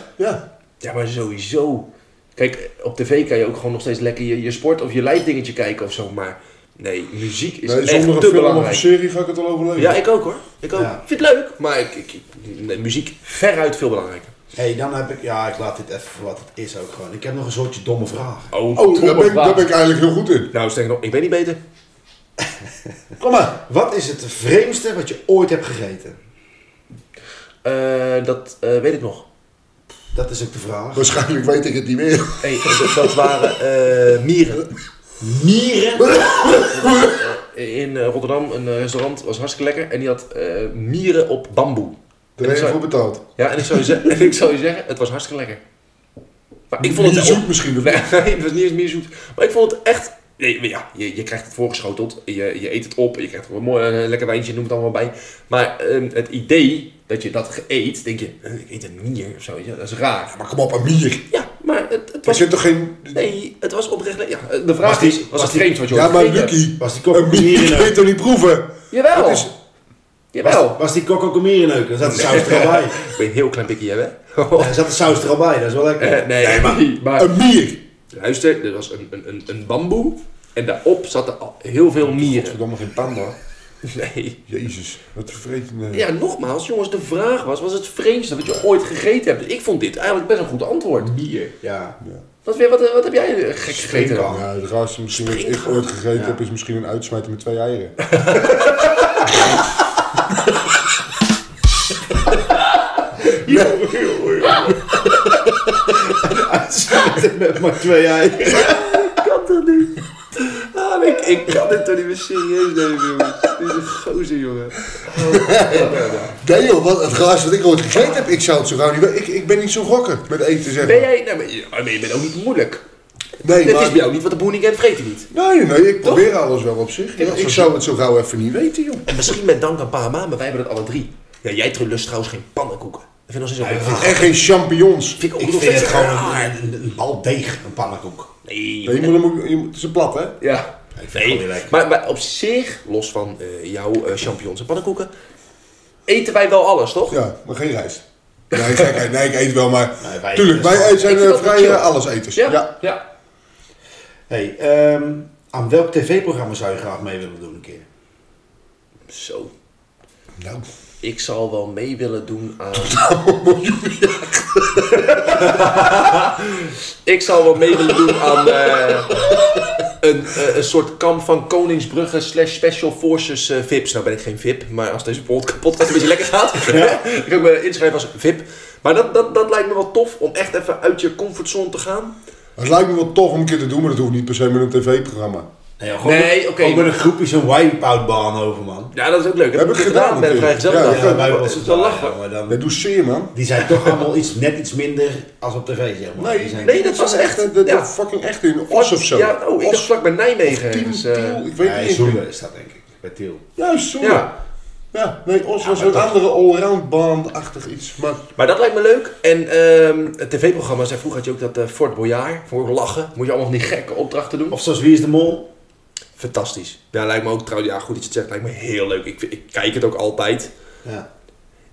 C: Ja, maar sowieso. Kijk, op tv kan je ook gewoon nog steeds lekker je, je sport of je lijfdingetje kijken of zo. Maar nee, muziek is
A: Nee,
C: echt
A: zonder een
C: te
A: film of een
C: belangrijk.
A: serie ga ik het al overleven.
C: Ja, ik ook hoor. Ik ook.
D: Ja.
C: Ik vind het leuk, maar ik, ik, nee, muziek veruit veel belangrijker.
D: hey, dan heb ik... Ja, ik laat dit even voor wat het is ook gewoon. Ik heb nog een soortje domme vragen.
A: Oh, daar ben, ik, daar ben ik eigenlijk heel goed in.
C: Nou, sterker nog, ik weet niet beter.
A: Kom maar.
D: Wat is het vreemdste wat je ooit hebt gegeten?
C: Eh, dat eh, weet ik nog.
D: Dat is ook de vraag.
A: Waarschijnlijk weet ik het niet meer.
C: Hey, dat, dat waren eh, mieren.
D: Mieren?
C: In eh, Rotterdam, een eh, restaurant, was hartstikke lekker. En die had eh, mieren op bamboe.
A: Daar ben je voor betaald.
C: Ja, en ik zou je, ze- en ik zou je zeggen, het was hartstikke lekker. Maar ik vond het
A: Niet
C: wel-
A: zoet misschien, of
C: Nee,
A: niet?
C: het was niet eens meer zoet. Maar ik vond het echt... Nee, maar ja, je, je krijgt het eh, voorgeschoteld, je, je eet het op, je krijgt er een mooi een lekker wijntje, noem het allemaal bij. Maar ehm, het idee dat je dat ge- eet, denk je, eh, ik eet een mier of zo, weet je, dat is raar.
A: Maar kom op, een mier.
C: Ja, maar het, het
A: Er
C: was...
A: zit toch geen...
C: Nee, het was oprecht... Ja, de vraag
D: die-
C: is, was
D: was
C: het
D: die-
C: vreemd wat je
A: Ja,
C: ooit
A: maar
C: gegeten hebt?
A: Lucky,
D: Was die
A: een mier
D: kokkomier in
A: kun je
D: ook?
A: toch niet proeven?
C: Jawel!
A: Dat is-
C: Jawel!
D: Was die kokkomier in ook? Daar zat de saus er al bij.
C: Ik ben een heel klein pikje hebben.
D: Daar zat de saus er al bij, dat is wel lekker.
C: Eh, nee, maar, maar
A: Een mier.
C: luister, er was een, een, een, een bamboe en daarop zaten al heel veel mieren.
A: Godverdomme geen panda.
C: Nee.
A: Jezus, wat vervreten.
C: Ja, nogmaals, jongens, de vraag was, was het vreemdste wat je ooit gegeten hebt? Ik vond dit eigenlijk best een goed antwoord. Mier.
D: Ja.
C: Wat, weer- wat, wat heb jij eh, gek gegeten dan?
A: Ja, de raarste misschien wat ik ooit gegeten heb is misschien een uitsmijter met twee eieren.
D: Met maar twee eieren.
C: kan toch niet? Ah, ik, ik kan dit toch niet meer serieus nemen, jongens. Dit is een gozer, jongen. Oh,
A: Nee joh, wat, het raarste wat ik ooit gegeten heb, ik zou het zo gauw niet weten. Ik, ik ben niet zo gokker met eten zeggen.
C: Ben jij... Nou, maar, je- maar je bent ook niet moeilijk.
A: nee,
C: Dit
A: maar-
C: is bij jou niet, wat de boening kent, vergeet hij niet.
A: Nee, nee, ik probeer alles wel op zich.
C: Kijk,
A: Ja,
C: als
A: ik
C: we-
A: zou het zo gauw even niet weten joh.
C: En misschien met dank aan Parama, maar wij hebben dat alle drie. Ja, jij tru- lust trouwens geen pannenkoeken. Dat vind ik nog steeds ook...
A: En geen champignons.
C: Vind ik ook
D: Ik
C: nog
D: vind
C: steeds
D: het gewoon
C: raar.
D: een, een, een bal deeg, een pannenkoek.
C: Ah, Nee,
A: Nee, je moet, hem ook- je moet, het is plat hè?
C: Ja.
D: Ik vind het gewoon
C: Nee,
D: niet lekker.
C: maar, maar op zich, los van eh, jouw eh, champignons en pannenkoeken, eten wij wel alles, toch?
A: Ja, maar geen rijst. Nee, gekheid, nee, ik eet wel, maar...
D: Nee, wij-
A: Tuurlijk, wij zijn
C: Ik
A: eh,
C: vind dat wel
A: vrij
C: chill.
A: eh, alleseters.
C: Ja.
A: ja.
C: ja.
D: Hey, ehm, aan welk tv-programma zou je graag mee willen doen een keer?
C: Zo.
A: Nou,
C: Ik zal wel mee willen doen aan... ik zal wel mee willen doen aan eh, een, eh, een soort kamp van Koningsbrugge slash Special Forces eh, VIPs. Nou ben ik geen VIP, maar als deze pod- podcast een beetje lekker gaat, ik kan ik me inschrijven als VIP. Maar dat, dat, dat lijkt me wel tof om echt even uit je comfortzone te gaan.
A: het lijkt me wel tof om een keer te doen, maar dat hoeft niet per se met een tv-programma.
D: Nee, gewoon,
C: Nee,
D: met-
C: oké.
D: gewoon met een groepje zo'n wipe-out-baan over, man.
C: Ja, dat is ook leuk. Dat
A: Heb
C: heb ik
A: ik
C: gedaan
A: gedaan
C: met een
A: natuurlijk.
C: vrijgezel.
A: Ja,
C: dag.
A: ja,
C: Dat
D: wij wel
C: is
D: eens
C: wel
D: daar,
C: lachen.
D: maar
A: Dat
D: dan,
A: doet zeer, man.
D: die zijn toch allemaal iets, net iets minder als op tv, zeg maar. Die zijn,
C: nee, dat was echt-
A: Dat, dat-
C: ja.
A: dat fucking echt in Os of zo.
C: Ja, oh, ik was
A: Os,
C: vlak bij Nijmegen.
A: Tiel,
C: dus, eh,
A: Tiel, ik weet
D: Nee,
A: niet.
D: Zoelen is dat, denk ik. Bij Tiel.
A: Ja, Soelen.
C: ja.
A: Ja. nee, Os was een andere allround baan-achtig iets. Maar
C: Maar dat lijkt me leuk. En ehm, het tv-programma's, en vroeger had je ook dat eh, Fort Boyard, voor lachen. Moet je allemaal van die gekke opdrachten doen.
D: Of zoals Wie is de Mol?
C: Fantastisch. Ja, lijkt me ook trouwens, ja goed dat je het zegt, lijkt me heel leuk. Ik, vind- ik kijk het ook altijd.
D: Ja.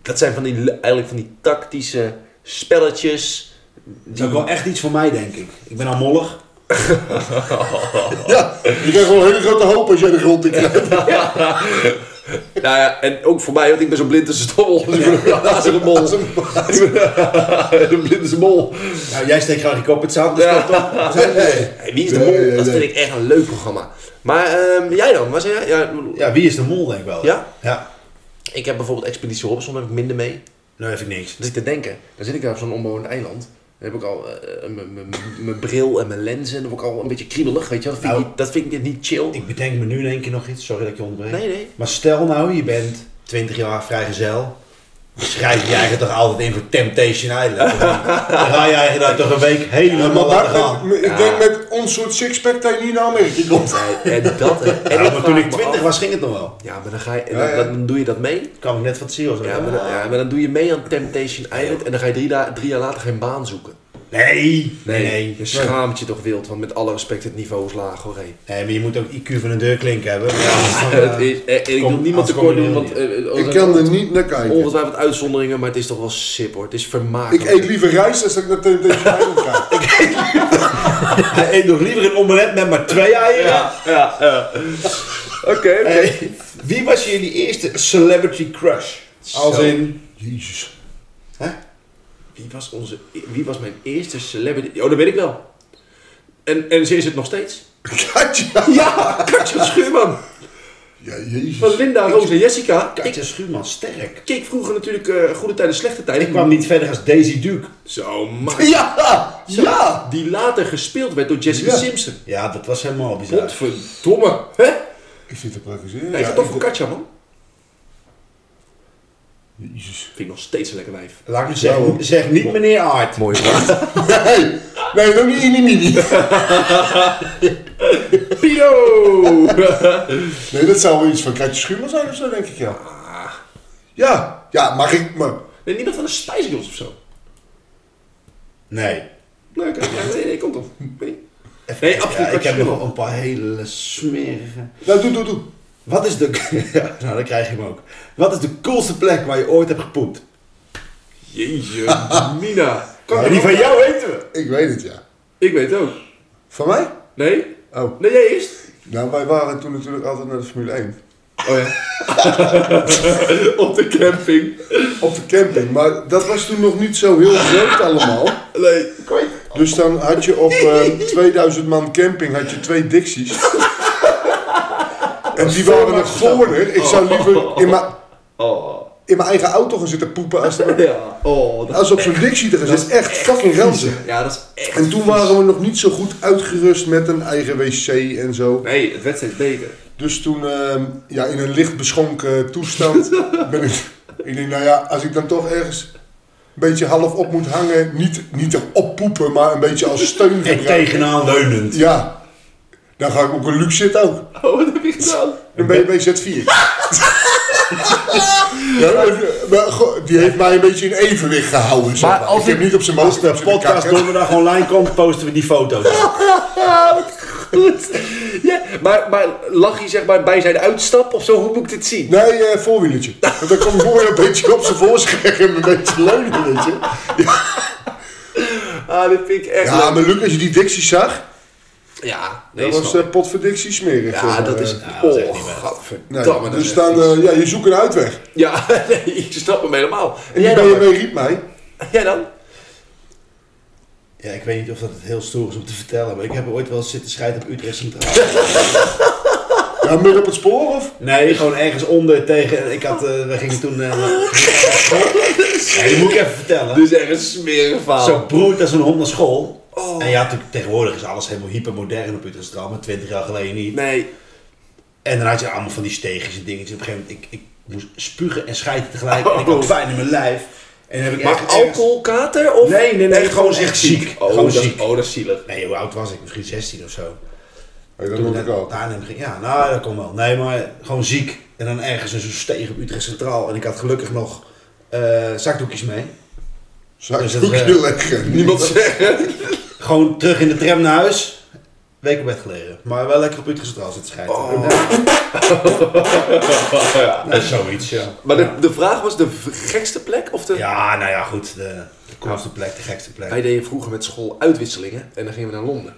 C: Dat zijn van die, le- eigenlijk van die tactische spelletjes.
D: Dat is ook wel echt iets voor mij, denk ik. Ik ben al mollig.
A: ja, je krijgt wel een hele grote hoop als jij de grond in krijgt.
C: Nou ja, en ook voor mij, want ik ben zo blind als een stommel. Dus ik ben een glazige mol. Ik ben een blind als een mol.
D: Nou, jij steekt graag je kop in het zand, dus dat toch?
A: Nee.
C: Hey, wie is de
A: Nee,
C: mol?
A: nee,
C: dat
A: nee.
C: vind ik echt een leuk programma. Maar ehm, jij dan? Waar zijn jij? Ja,
D: Ja, Wie is de Mol, denk ik wel.
C: Ja?
D: Ja.
C: Ik heb bijvoorbeeld Expeditie Robinson, daar heb ik minder mee.
D: Nou, heb ik niks.
C: Dan zit ik te denken, dan zit ik daar op zo'n onbewoond eiland. Dan heb ik al eh, mijn- mijn- mijn bril en mijn lenzen. Dan word ik al een beetje kriebelig, weet je wel. Dat vind, ik,
D: Nou.
C: niet, dat vind ik niet chill.
D: Ik bedenk me nu in één keer nog iets. Sorry dat ik je ontbreek.
C: Nee, nee.
D: Maar stel nou, je bent 20 jaar vrijgezel. Dan schrijf je je eigen toch altijd in voor Temptation Island? Dan ga je eigen daar toch een week
A: Ja,
D: helemaal
A: maar
D: laten
A: daar,
D: gaan.
A: met- ik denk met ons soort sixpack dat je niet naar Amerika komt.
C: Nee, Eh, en dat... En en
D: Ja, maar toen
C: vraag
D: ik
C: me
D: 20
C: af-
D: was, ging het nog wel.
C: Ja, maar dan, ga je, en
A: Ja, ja.
C: dan, dan doe je dat mee.
D: Kwam ik net van het CEO.
C: Ja, maar dan, ja, maar dan doe je mee aan Temptation Island. En dan ga je drie, da- drie jaar later geen baan zoeken.
D: Nee, nee, nee.
C: Je schaamt je toch wild, want met alle respect, het niveau is laag hoor. hé.
D: Nee, maar je moet ook IQ van een deurklink hebben.
C: Het is- eh, eh, ik
D: Kom,
C: wil niemand
D: anders kom
C: tekort
D: je
C: doen,
D: er
C: want...
D: niet.
C: eh, eh,
A: Ik kan er niet naar kijken.
C: Ongetwijfeld uitzonderingen, maar het is toch wel sip hoor. Het is vermakelijk.
A: Ik eet liever rijst als dat ik naar Temptation Island ga.
D: Hij eet nog liever een omelet met maar twee eieren.
C: ja, ja. Oké, oké.
D: Hey, wie was jullie eerste celebrity crush? Als
C: Zo.
D: in...
A: Jezus.
C: Wie was, onze, e- wie was mijn eerste celebrity? Oh, dat weet ik wel. En, en ze is het nog steeds.
A: Katja.
C: Ja, Katja Schuurman.
A: Ja, jezus.
C: Van Linda, Roos en Jessica. Ik
D: Katja Schuurman, sterk.
C: keek vroeger natuurlijk eh, Goede Tijden, Slechte Tijden.
D: Ik kwam niet verder als Daisy Duke.
C: Zo, man.
A: Ja! Ja!
C: Die later gespeeld werd door Jessica
A: Ja.
C: Simpson.
D: Ja, dat was helemaal bizar.
C: Godverdomme. Hè?
A: Ik zit te praktiseren.
C: Nee, ik ga toch voor Katja, man.
A: Jezus.
C: Vind ik nog steeds een lekker wijf.
D: Lang zeg, zeg niet meneer Aard.
C: Mooi hoor.
A: Nee, nee, nog niet in die mini.
C: Pino!
A: Ah. Nee, dat zou wel iets van Katje Schuurman zijn of zo, denk ik, ja. Ja, ja, mag ik... Maar,
C: Weet niemand van de Spice Girls of zo?
D: Nee.
C: Nee, oké. Nou, Ja, nee, nee, komt op. Weet niet. Nee, absoluut.
D: Ja, ik heb
C: Captain
D: nog
C: Marvel.
D: een paar hele smerige...
A: nou, doe, doe, doe.
D: Wat is de... Ja, nou, dan krijg je hem ook. Wat is de coolste plek waar je ooit hebt gepoept?
C: Jeetje, Mina. Kan
D: Nou,
C: ik
D: die
C: ook?
D: van jou weten we.
A: Ik weet het, ja.
C: Ik weet het ook.
A: Van mij?
C: Nee?
A: Oh.
C: Nee, jij eerst?
A: Nou, wij waren toen natuurlijk altijd naar de Formule 1.
C: Oh ja. op de camping.
A: Op de camping, maar dat was toen nog niet zo heel groot allemaal.
C: Nee, kom je?
A: Dus dan had je op eh, 2000 man camping had je twee Dixies. En die waren nog voorder. Ik zou liever in mijn,
C: Oh.
A: in mijn eigen auto gaan zitten poepen als, er-
C: Ja. Oh, dat,
A: als op zo'n Dixie te gaan zitten. Echt fucking ranzig.
C: ja, dat is echt...
A: En toen waren we nog niet zo goed uitgerust met een eigen wc en zo.
C: Nee, het werd steeds beter.
A: Dus toen, ehm, ja, in een licht beschonken toestand, ben ik... Ik denk, nou ja, als ik dan toch ergens een beetje half op moet hangen, niet, niet erop poepen, maar een beetje als steun gebruiken.
D: tegenaan leunend.
A: Ja, dan ga ik op een luxe zitten ook.
C: Oh, wat heb je gedaan?
A: Dan ben je bij Z4. Ja, maar- maar goh, die heeft mij een beetje in evenwicht gehouden. Zeg maar.
D: als
A: ik heb
D: ik-
A: niet op zijn
D: Als
A: motor
D: de podcast donderdag online komt, posten we die foto's.
C: Goed. Ja, maar, maar lag hij zeg maar bij zijn uitstap of zo? Hoe moet ik dit zien?
A: Nee, eh, voorwieletje. Want dan kom je mooi een beetje op zijn voorscherm, een beetje leunen, weet je.
C: Ah, dit vind ik echt
A: Ja,
C: leuk.
A: maar Luc, als je die Dixie zag,
C: Ja, nee,
A: dat was
C: snap
A: eh pot voor Dixie smerig.
C: ik.
A: zeg
C: Ja,
A: maar.
C: dat is...
A: Eh,
C: Oh,
D: dat is echt niet best.
A: Nee,
C: godverdamme. dat is
A: dus
C: echt
A: dan,
C: vies.
A: eh, ja, je zoekt een uitweg.
C: Ja, nee, ik snap hem helemaal. En
A: En
C: jij
A: die
C: dan?
A: BMW riep mij.
C: Jij dan?
D: Ja, ik weet niet of dat het heel stoer is om te vertellen, maar ik heb ooit wel eens zitten scheiden op Utrecht Centraal.
A: Ja, midden op het spoor of?
D: Nee, gewoon ergens onder tegen. Ik had, eh, we gingen toen. eh ja, die moet ik even vertellen.
C: Dus echt een smerig verhaal.
D: Zo broert als een hond naar school. En ja, natuurlijk, tegenwoordig is alles helemaal hypermodern op Utrecht Centraal, maar 20 jaar geleden niet.
C: Nee.
D: En dan had je allemaal van die steegjes en dingetjes. Op een gegeven moment, ik, ik moest spugen en scheiden tegelijk. En ik had
C: Oh.
D: pijn in mijn lijf. En dan heb ik
C: Maar
D: echt ergens-
C: alcoholkater of...
D: Nee, nee, nee, gewoon echt ziek.
C: Oh,
D: Gewoon
C: dat,
D: ziek.
C: oh, dat is zielig.
D: Nee, hoe oud was ik? Misschien 16 of zo.
A: Hey, dat
D: Toen
A: moet
D: ik
A: ik al.
D: naar Arnhem ging. Ja, nou, dat kon wel. Nee, maar gewoon ziek. En dan ergens in zo'n steeg op Utrecht Centraal. En ik had gelukkig nog eh, zakdoekjes mee.
A: Zou ik
D: Dus
A: het
D: dat
A: ook
D: is, eh,
A: heel leggen.
C: Niemand zeggen.
D: Gewoon terug in de tram naar huis. Week op bed gelegen. Maar wel lekker op Utrecht Centraal zitten scheiden. Ja. Nou, zoiets, ja.
C: Maar de, de vraag was de v- gekste plek of de...
D: Ja, nou ja, goed. De, de coolste plek, de gekste plek.
C: Wij deden vroeger met school uitwisselingen en dan gingen we naar Londen.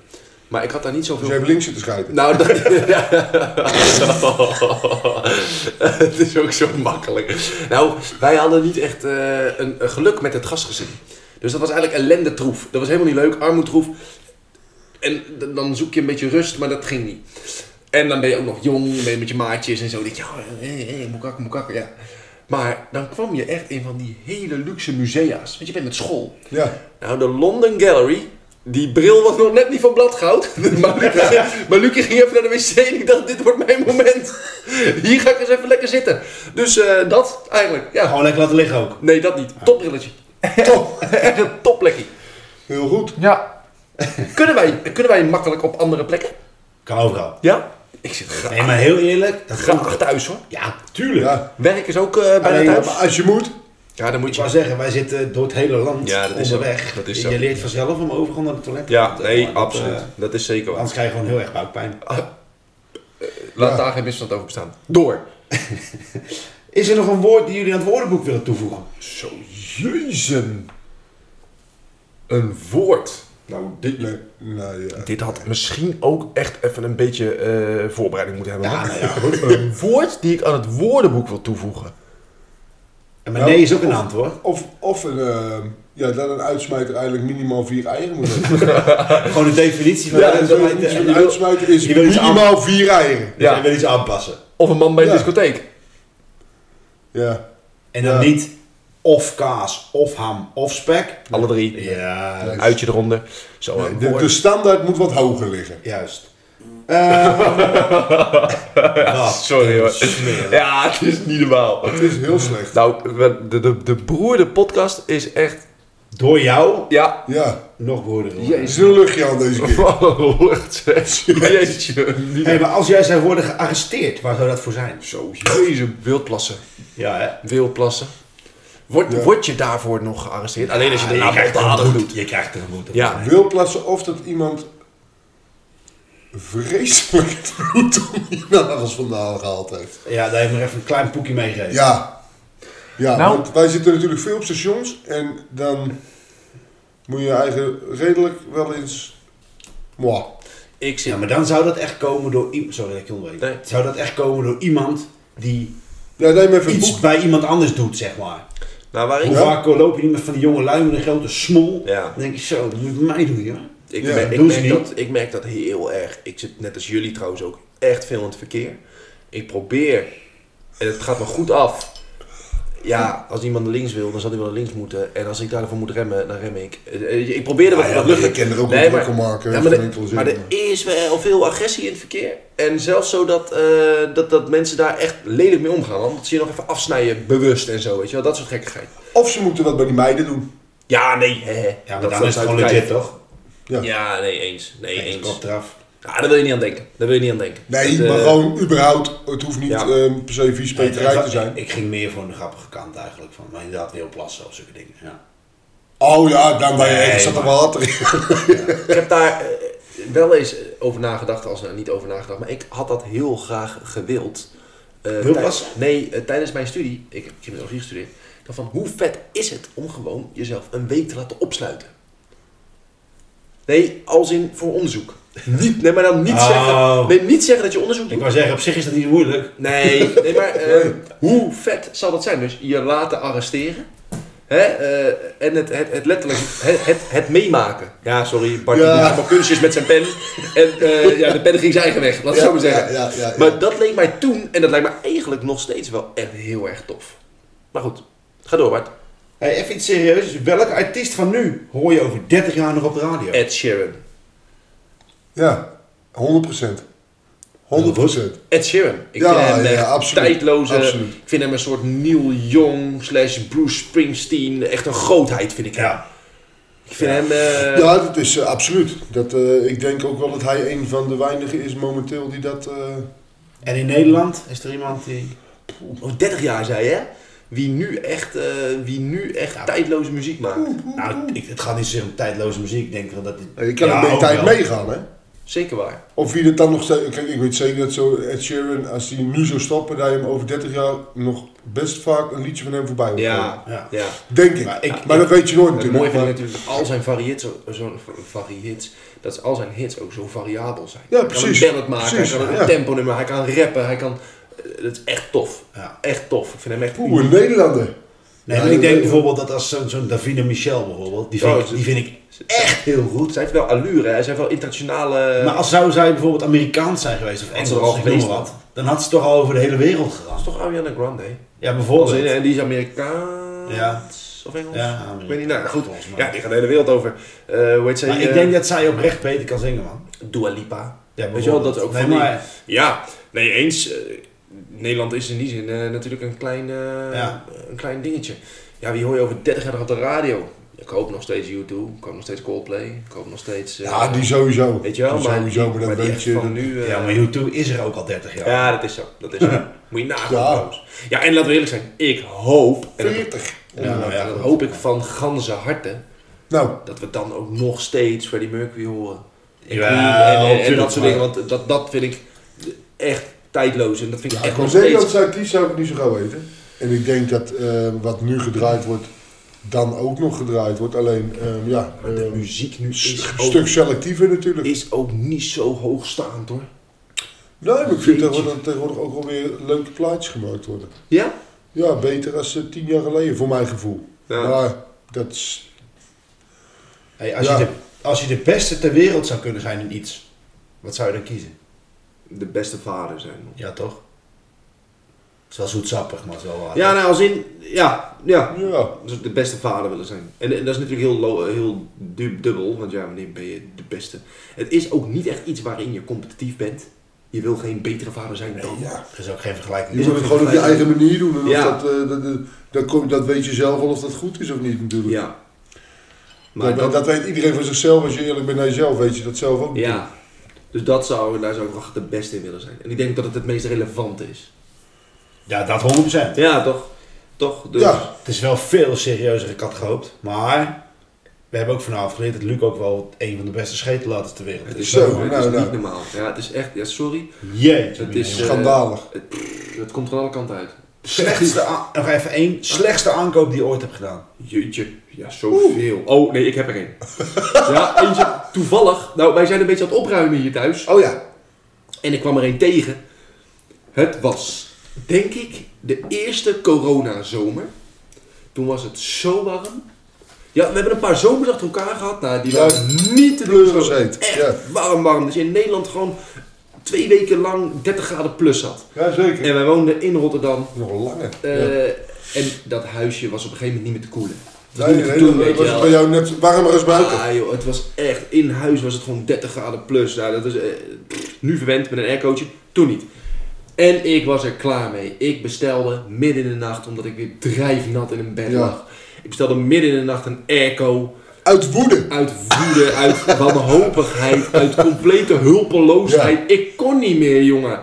C: Maar ik had daar niet
A: Dus
C: zoveel...
A: jij hebt links zitten schijten.
C: Nou, dat... het is ook zo makkelijk. Nou, wij hadden niet echt eh, een, een geluk met het gasgezin. Dus dat was eigenlijk ellendetroef. Dat was helemaal niet leuk, armoedtroef. En d- dan zoek je een beetje rust, maar dat ging niet. En dan ben je ook nog jong, dan ben je met je maatjes en zo. Dan denk je, oh, hé, hé, hé, moekakker, moekakker, ja. Maar dan kwam je echt in van die hele luxe musea's. Want je bent met school.
A: Ja.
C: Nou, de London Gallery. Die bril was nog net niet van bladgoud. Maar Lucie, maar Lucie ging even naar de wc en ik dacht, dit wordt mijn moment. Hier ga ik eens even lekker zitten. Dus eh, dat eigenlijk, ja.
D: Gewoon lekker laten liggen ook.
C: Nee, dat niet. Topbrilletje. Top. Echt een topplekje.
A: Heel goed.
C: Ja. Kunnen wij, kunnen wij makkelijk op andere plekken?
D: Kan overal.
C: Ja. Ik zit graag,
D: Nee, maar heel eerlijk. Dat
C: graag thuis hoor.
D: Ja, tuurlijk.
A: Ja.
C: Werk is ook eh, bijna
D: Alleen,
A: Ja,
C: thuis.
A: maar als je moet.
C: Ja, dan moet
D: Ah, Ik wou zeggen, wij zitten door het hele land
C: Ja, dat is zo.
D: onderweg.
C: Dat is
D: En
C: zo.
D: Je leert vanzelf om overal naar de toilet te gaan. Maar dat, eh,
C: Dat is zeker
D: anders krijg je gewoon heel erg buikpijn.
C: Laat daar geen misverstand over bestaan. Door.
D: Is er nog een woord die jullie aan het woordenboek willen toevoegen?
C: Zo, jezen. Een woord.
A: Nou, dit. Nee, nou ja.
C: Dit had misschien ook echt even een beetje eh, voorbereiding moeten hebben.
D: Ja,
C: hoor.
D: nou ja,
C: Een woord die ik aan het woordenboek wil toevoegen.
D: En maar nee is ook een antwoord.
A: Of, of een, eh, ja, dat een uitsmijter eigenlijk minimaal vier eieren moet hebben.
D: Gewoon de definitie van
A: ja,
D: de
A: dat is
D: uitsmijter.
A: iets
D: En
A: van
D: je
A: een
D: wil-
A: uitsmijter is
D: je wil iets
A: minimaal vier eieren.
D: Ja.
C: Ja.
D: Je wil iets aanpassen.
C: Of een man bij een
A: Ja.
C: discotheek.
A: Ja.
D: En dan
A: Ja.
D: niet of kaas, of ham, of spek.
C: Alle drie.
D: Ja,
A: Ja.
C: Uitje eronder. Zo een
A: De,
C: woord.
A: de standaard moet wat hoger liggen.
D: juist. Eh, wat
C: Sorry hoor.
D: een smerig.
C: Ja, het is niet normaal.
A: Het is heel slecht.
C: Nou, we- de, de, de broer, de podcast is echt...
D: Door jou
C: Ja,
A: Ja.
D: nog behoorder geworden.
A: Er zit een luchtje aan deze keer.
C: Oh, lucht. Jeetje.
D: Hey, maar als jij zou worden gearresteerd, waar zou dat voor zijn?
C: Zo, jezus. Wildplassen.
D: Ja, hè?
C: Wildplassen. Word, Word je daarvoor nog gearresteerd? Alleen als je de
D: je
C: naam
D: krijgt er
C: baldadig
D: een boete.
C: doet.
D: Je krijgt er een boete.
C: Ja.
A: Wil plaatsen of dat iemand vreselijk het bloed om die nagels vandaan gehaald heeft.
D: Ja, daar heeft me even een klein poekje meegegeven.
A: Ja. Ja,
F: Nou.
A: want wij zitten natuurlijk veel op stations en dan moet je je eigen redelijk wel eens... Mwah.
C: Ik zit...
D: Ja, maar dan zou dat echt komen door iemand. Sorry dat ik je onderbreek.
C: Nee.
D: Zou dat echt komen door iemand die
A: Ja, neem even een
D: iets
A: boek.
D: bij iemand anders doet, zeg maar.
C: Nou, waar ik...
D: Hoe vaak loop je niet met van die jonge lui met een grote smol?
C: Ja.
D: Dan denk je zo, dat moet je bij mij doen, joh.
C: Ik,
A: Ja,
C: merk, ik,
D: doen ze
C: merk
D: niet.
C: dat, ik merk dat heel erg. Ik zit net als jullie trouwens ook echt veel in het verkeer. Ik probeer, en het gaat me goed af. Ja, als iemand naar links wil, dan zal hij wel naar links moeten. En als ik daarvoor moet remmen, dan rem ik. Eh, eh, Ik probeer er wat
A: ja,
C: wat
A: maar
C: lucht
A: je kan er ook een druk om maken,
C: Ja,
A: hè,
C: maar,
A: van
C: er-
A: enkele
C: maar er
A: zinnen.
C: is wel veel agressie in het verkeer. En zelfs zo dat, eh, dat, dat mensen daar echt lelijk mee omgaan. Want dat zie je nog even afsnijden, bewust en zo. Weet je wel, dat soort gekkigheid.
A: Of ze moeten wat bij die meiden doen.
C: Ja, nee. hè, hè.
D: Ja, maar
C: Dat
D: dan is het
C: uit
D: gewoon
C: de kijf.
D: legit, toch?
A: Ja.
C: Ja, nee, eens. Nee,
D: Nee,
C: eens.
D: kop eraf.
C: Ja, daar wil je niet aan denken. Daar wil je niet aan denken.
A: Nee,
C: Dat, eh,
A: maar gewoon überhaupt. Het hoeft niet
C: ja.
A: ehm, per se vies peterij te zijn.
D: Ik, ik ging meer voor een grappige kant eigenlijk van. Maar inderdaad, heel plassen of zulke dingen. Ja.
A: Oh ja, dan ben je.
D: Nee,
A: Ik zat er
D: maar-
A: wel hard in.
C: Ik heb daar eh, wel eens over nagedacht, als nou, niet over nagedacht, maar ik had dat heel graag gewild. Eh,
D: Wil
C: tij-
D: was?
C: Nee, eh, tijdens mijn studie, ik heb criminologie gestudeerd, ik dacht van hoe vet is het om gewoon jezelf een week te laten opsluiten? Nee, als in voor onderzoek. Niet, nee, maar dan niet,
D: Oh.
C: zeggen, nee, niet zeggen dat je onderzoek
D: Ik
C: doet.
D: wou zeggen, op zich is dat niet moeilijk.
C: Nee, nee maar eh, hoe vet zal dat zijn? Dus je laten arresteren. Hè? eh, en het, het, het letterlijk, het, het, het meemaken. Ja, sorry, Bart
A: Ja.
C: ja. doet allemaal kunstjes met zijn pen. En eh, ja, de pen ging zijn eigen weg, laat ik
A: Ja,
C: zo maar zeggen.
A: ja, ja, ja, ja.
C: Maar dat leek mij toen, en dat lijkt mij eigenlijk nog steeds wel echt heel erg tof. Maar goed, ga door Bart.
D: Hey, even iets serieus. Welke artiest van nu hoor je over 30 jaar nog op de radio?
C: Ed Sheeran.
A: Ja, 100%. 100%.
C: Ed Sheeran. Ik
A: Ja,
C: vind hem
A: ja,
C: echt
A: absoluut,
C: tijdloze.
A: absoluut.
C: Ik vind hem een soort Neil Young slash Bruce Springsteen. Echt een grootheid vind ik hem.
D: Ja.
C: Ik vind hem... eh,
A: Ja, dat is eh, absoluut. Dat, eh, ik denk ook wel dat hij een van de weinigen is momenteel die dat. eh,
D: En in Nederland is er iemand die.
C: Over 30 Oh, jaar zei je, hè? Wie nu echt, eh, wie nu echt tijdloze muziek maakt.
D: Nou, ik, het gaat niet zozeer om tijdloze muziek. Ik denk wel dat. dit-
A: je kan
D: Ja,
A: een beetje
D: ook
A: tijd
D: wel.
A: meegaan, hè?
C: Zeker waar.
A: Of wie dat dan nog steeds. Kijk, ik weet zeker dat zo Ed Sheeran, als hij nu zou stoppen, dat je hem over 30 jaar nog best vaak een liedje van hem voorbij hoort.
C: Ja, ja.
D: Ja.
A: komen. Denk ik. Maar,
D: Maar ik-
A: dat weet je nooit
C: Het
A: natuurlijk.
C: mooie vind ik
A: maar-
C: natuurlijk dat al zijn variëts, zo, zo'n variëts, dat ze al zijn hits ook zo variabel zijn.
A: Ja,
C: Hij
A: precies.
C: kan een ballad maken,
A: Precies,
C: hij kan een
A: ja.
C: tempo nummer, hij kan rappen, hij kan... eh, Dat is echt tof.
D: Ja.
C: Echt tof. Ik vind hem echt...
A: Oeh, een Nederlander.
D: Nee, maar ik denk bijvoorbeeld dat als zo'n zo'n Davina Michel bijvoorbeeld. Die
C: Oh,
D: vind, ik-
C: ze-
D: die vind ik.
C: echt heel goed. Zij heeft wel allure, hè. zij heeft wel internationale...
D: Maar als zou zij bijvoorbeeld Amerikaans zijn geweest of
C: ze er al
D: Engels, ik noem maar
C: geweest
D: wat, dan had ze toch al over de hele wereld gegaan.
C: Dat is toch Ariana Grande, hè?
D: Ja,
C: Als in,
D: bijvoorbeeld.
C: en die is Amerikaans
D: Ja.
C: of Engels?
D: Ja, Amerikaans.
C: Ik weet niet, nou goed.
D: Volgens mij.
C: Ja, die gaat de hele wereld over. Eh hoe heet zij?
D: Maar
C: eh,
D: ik denk dat zij oprecht beter kan zingen, man.
C: Dua Lipa.
D: Ja,
C: Weet je wel, dat is ook
D: Nee,
C: van die-
D: maar-
C: Ja, nee eens. eh, Nederland is in die zin eh, natuurlijk een klein, eh,
D: Ja.
C: een klein dingetje. Ja, wie hoor je over 30 jaar nog op de radio? Ik hoop nog steeds YouTube, ik hoop nog steeds Coldplay, ik hoop nog steeds... eh,
A: Ja, die sowieso.
C: Weet je wel,
A: Die
C: maar,
A: sowieso, maar
C: die-
A: dat
C: die
A: weet
C: echt
A: je.
C: van
A: dat-
C: nu... eh,
D: Ja, maar YouTube is er ook al 30 jaar.
C: ja, dat is zo. Dat is zo. Moet je nagaan
A: Ja.
C: trouwens. Ja, en laten we eerlijk zijn. Ik hoop, en dat-
A: 40.
D: Ja, nou ja,
C: dat
D: goed.
C: hoop ik van ganse harte,
A: Nou,
C: dat we dan ook nog steeds Freddie Mercury horen. En
D: Ja,
C: Queen en, en- en,
D: tuurlijk,
C: dat soort
D: maar-
C: dingen, want dat, dat vind ik echt tijdloos. En dat vind ik
A: ja,
C: echt nog
A: van
C: steeds...
A: Nederland zou ik die zou ik niet zo gauw weten. En ik denk dat eh, wat nu gedraaid wordt, dan ook nog gedraaid wordt. Alleen, ehm, ja,
C: De
A: ehm,
C: muziek nu
A: st-
C: is
A: een
C: ook,
A: stuk selectiever natuurlijk.
C: is ook niet zo hoogstaand hoor.
A: Nee, maar Nou, ik vind tegenwoordig, dat tegenwoordig ook alweer leuke plaatjes gemaakt worden.
C: Ja?
A: Ja, beter als eh, tien jaar geleden, voor mijn gevoel.
C: Ja.
A: Maar dat is...
D: Hey, als,
A: Ja.
D: je de, als je de beste ter wereld zou kunnen zijn in iets, wat zou je dan kiezen?
C: De beste vader zijn.
D: Ja, toch? Het is wel zoetsappig, maar het is wel waar.
C: Ja, nou als in... Ja, ja.
A: Ja,
C: Dus de beste vader willen zijn. En, en dat is natuurlijk heel, lo- heel du- dubbel, want ja, wanneer ben je de beste? Het is ook niet echt iets waarin je competitief bent. Je wil geen betere vader zijn dan.
A: ja.
D: Er is ook geen vergelijking.
A: Je moet het gewoon op je eigen manier doen. En of
C: Ja.
A: eh, dat, eh, dat, dat, dat, kom- dat weet je zelf al of dat goed is of niet natuurlijk.
C: Ja.
A: Maar dat, dat weet iedereen voor zichzelf. Als je eerlijk bent naar jezelf, weet je dat zelf ook.
C: Ja. Dus dat zou, daar zou ik wel echt de beste in willen zijn. En ik denk dat het het meest relevante is.
D: Ja, dat 100%.
C: Ja, toch? Toch? Dus,
A: Ja.
D: Het is wel veel serieuzer, ik had gehoopt. Maar we hebben ook vanavond geleerd dat Luc ook wel een van de beste scheetlaters ter wereld
C: Het
D: is.
C: is,
A: Zo,
C: het
A: nou,
C: Dus is
A: nou.
C: niet normaal. Ja, het is echt, ja, sorry.
D: Jeetje.
C: Het
D: mina,
C: is,
D: jongen.
C: eh,
A: Schandalig.
C: Het, pff, het komt van alle kanten uit.
D: slechtste a- nog even één. Slechtste aankoop die je ooit hebt gedaan.
C: Jeetje, ja, zoveel. Oh, nee, ik heb er één. ja, eentje, toevallig. Nou, wij zijn een beetje aan het opruimen hier thuis.
A: Oh ja.
C: En ik kwam er één tegen. Het was, denk ik, de eerste coronazomer. Toen was het zo warm. Ja, we hebben een paar zomers achter elkaar gehad. Nou, die
A: Ja,
C: waren niet te doen. zo.
A: pleurisheet,
C: Echt
A: ja.
C: warm, warm. Dus in Nederland gewoon twee weken lang 30 graden plus zat.
A: Ja, zeker.
C: En wij woonden in Rotterdam.
A: Nog langer. Ja.
C: Eh, En dat huisje was op een gegeven moment niet meer te koelen. Het was
A: Nee,
C: niet meer
A: nee,
C: te doen,
A: dat
C: weet je
A: was
C: wel.
A: bij jou net warmer als buiten.
C: Ah joh, het was echt, in huis was het gewoon 30 graden plus. Nou, dat is eh, pff, nu verwend met een aircootje, toen niet. En ik was er klaar mee. Ik bestelde midden in de nacht, omdat ik weer drijfnat in een bed
A: Ja.
C: lag. Ik bestelde midden in de nacht een airco.
A: Uit woede.
C: Uit woede, uit wanhopigheid, uit complete hulpeloosheid. Ik kon niet meer, jongen.